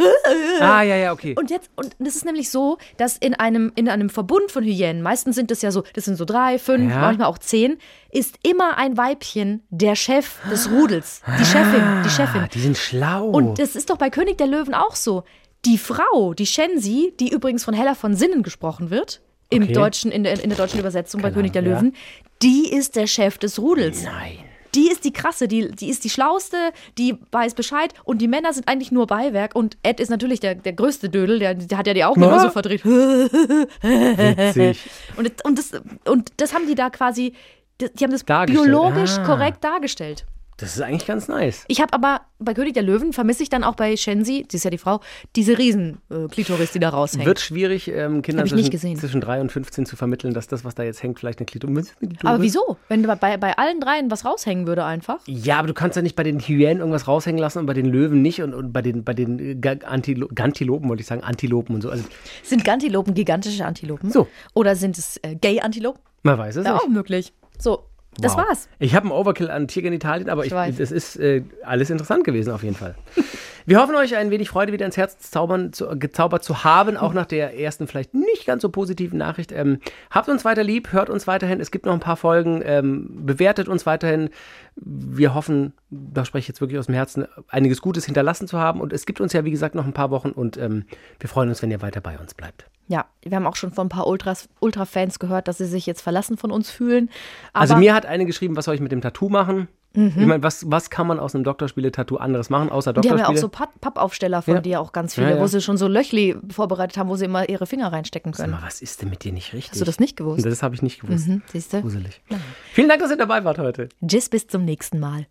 Speaker 1: ah, ja, ja, okay.
Speaker 2: Äh, Und jetzt, und das ist nämlich so, dass in einem, in einem Verbund von Hyänen, meistens sind das ja so, das sind so drei, fünf,
Speaker 1: Ja.
Speaker 2: manchmal auch zehn, ist immer ein Weibchen der Chef des Rudels. Die Chefin, die Chefin.
Speaker 1: Ah, die sind schlau.
Speaker 2: Und das ist doch bei König der Löwen auch so. Die Frau, die Shensi, die übrigens von Hella von Sinnen gesprochen wird, im
Speaker 1: Okay.
Speaker 2: deutschen, in, der, in der deutschen Übersetzung bei König der
Speaker 1: Ahnung, ja.
Speaker 2: Löwen, die ist der Chef des Rudels.
Speaker 1: Nein.
Speaker 2: Die ist die krasse, die, die ist die schlauste, die weiß Bescheid und die Männer sind eigentlich nur Beiwerk und Ed ist natürlich der, der größte Dödel, der, der hat ja die Augen
Speaker 1: Ah.
Speaker 2: immer so verdreht.
Speaker 1: Witzig.
Speaker 2: Und, das- und, das, und das haben die da quasi, die die haben das
Speaker 1: Dargestellt,
Speaker 2: biologisch
Speaker 1: ah.
Speaker 2: korrekt dargestellt.
Speaker 1: Das ist eigentlich ganz nice.
Speaker 2: Ich habe aber bei König der Löwen vermisse ich dann auch bei Shensi, die ist ja die Frau, diese Riesen-Klitoris, äh, Klitoris, die da raushängt.
Speaker 1: Wird schwierig, ähm, Kindern
Speaker 2: Hab ich nicht
Speaker 1: zwischen,
Speaker 2: gesehen.
Speaker 1: zwischen 3 und 15 zu vermitteln, dass das, was da jetzt hängt, vielleicht eine Klitoris ist.
Speaker 2: aber wieso? Wenn du bei, bei allen dreien was raushängen würde einfach.
Speaker 1: Ja, aber du kannst ja nicht bei den Hyänen irgendwas raushängen lassen und bei den Löwen nicht und, und bei den, bei den äh, Ga- Antilo Gantilopen, wollte ich sagen, Antilopen und so. Also,
Speaker 2: Sind Gantilopen gigantische Antilopen?
Speaker 1: So.
Speaker 2: Oder sind es äh, Gay-Antilopen?
Speaker 1: man weiß es
Speaker 2: Ja,
Speaker 1: nicht.
Speaker 2: auch möglich. So, das
Speaker 1: Wow.
Speaker 2: war's.
Speaker 1: Ich habe einen Overkill an Tiergenitalien, aber ich,
Speaker 2: weiß.
Speaker 1: das ist äh, alles interessant gewesen auf jeden Fall. Wir hoffen euch ein wenig Freude wieder ins Herz zu zaubern, zu, gezaubert zu haben, auch nach der ersten vielleicht nicht ganz so positiven Nachricht. Ähm, habt uns weiter lieb, hört uns weiterhin. Es gibt noch ein paar Folgen, ähm, bewertet uns weiterhin. Wir hoffen, da spreche ich jetzt wirklich aus dem Herzen, einiges Gutes hinterlassen zu haben. Und es gibt uns ja, wie gesagt, noch ein paar Wochen und ähm, wir freuen uns, wenn ihr weiter bei uns bleibt.
Speaker 2: ja, wir haben auch schon von ein paar Ultras, Ultra-Fans gehört, dass sie sich jetzt verlassen von uns fühlen. Aber Mhm.
Speaker 1: Also mir hat eine geschrieben, was soll ich mit dem Tattoo machen? Ich meine, was, was kann man aus einem Doktorspiele-Tattoo anderes machen, außer
Speaker 2: die haben ja
Speaker 1: Doktorspiele?
Speaker 2: auch so Papp- Pappaufsteller von
Speaker 1: Ja.
Speaker 2: dir, auch ganz viele,
Speaker 1: Ja, ja.
Speaker 2: wo sie schon so Löchli vorbereitet haben, wo sie immer ihre Finger reinstecken
Speaker 1: Sag
Speaker 2: können.
Speaker 1: mal, was ist denn mit dir nicht richtig?
Speaker 2: Hast du das nicht gewusst?
Speaker 1: Das habe ich nicht gewusst.
Speaker 2: Mhm, Siehst du?
Speaker 1: Gruselig. Vielen Dank, dass ihr dabei wart heute.
Speaker 2: Tschüss, bis zum nächsten Mal.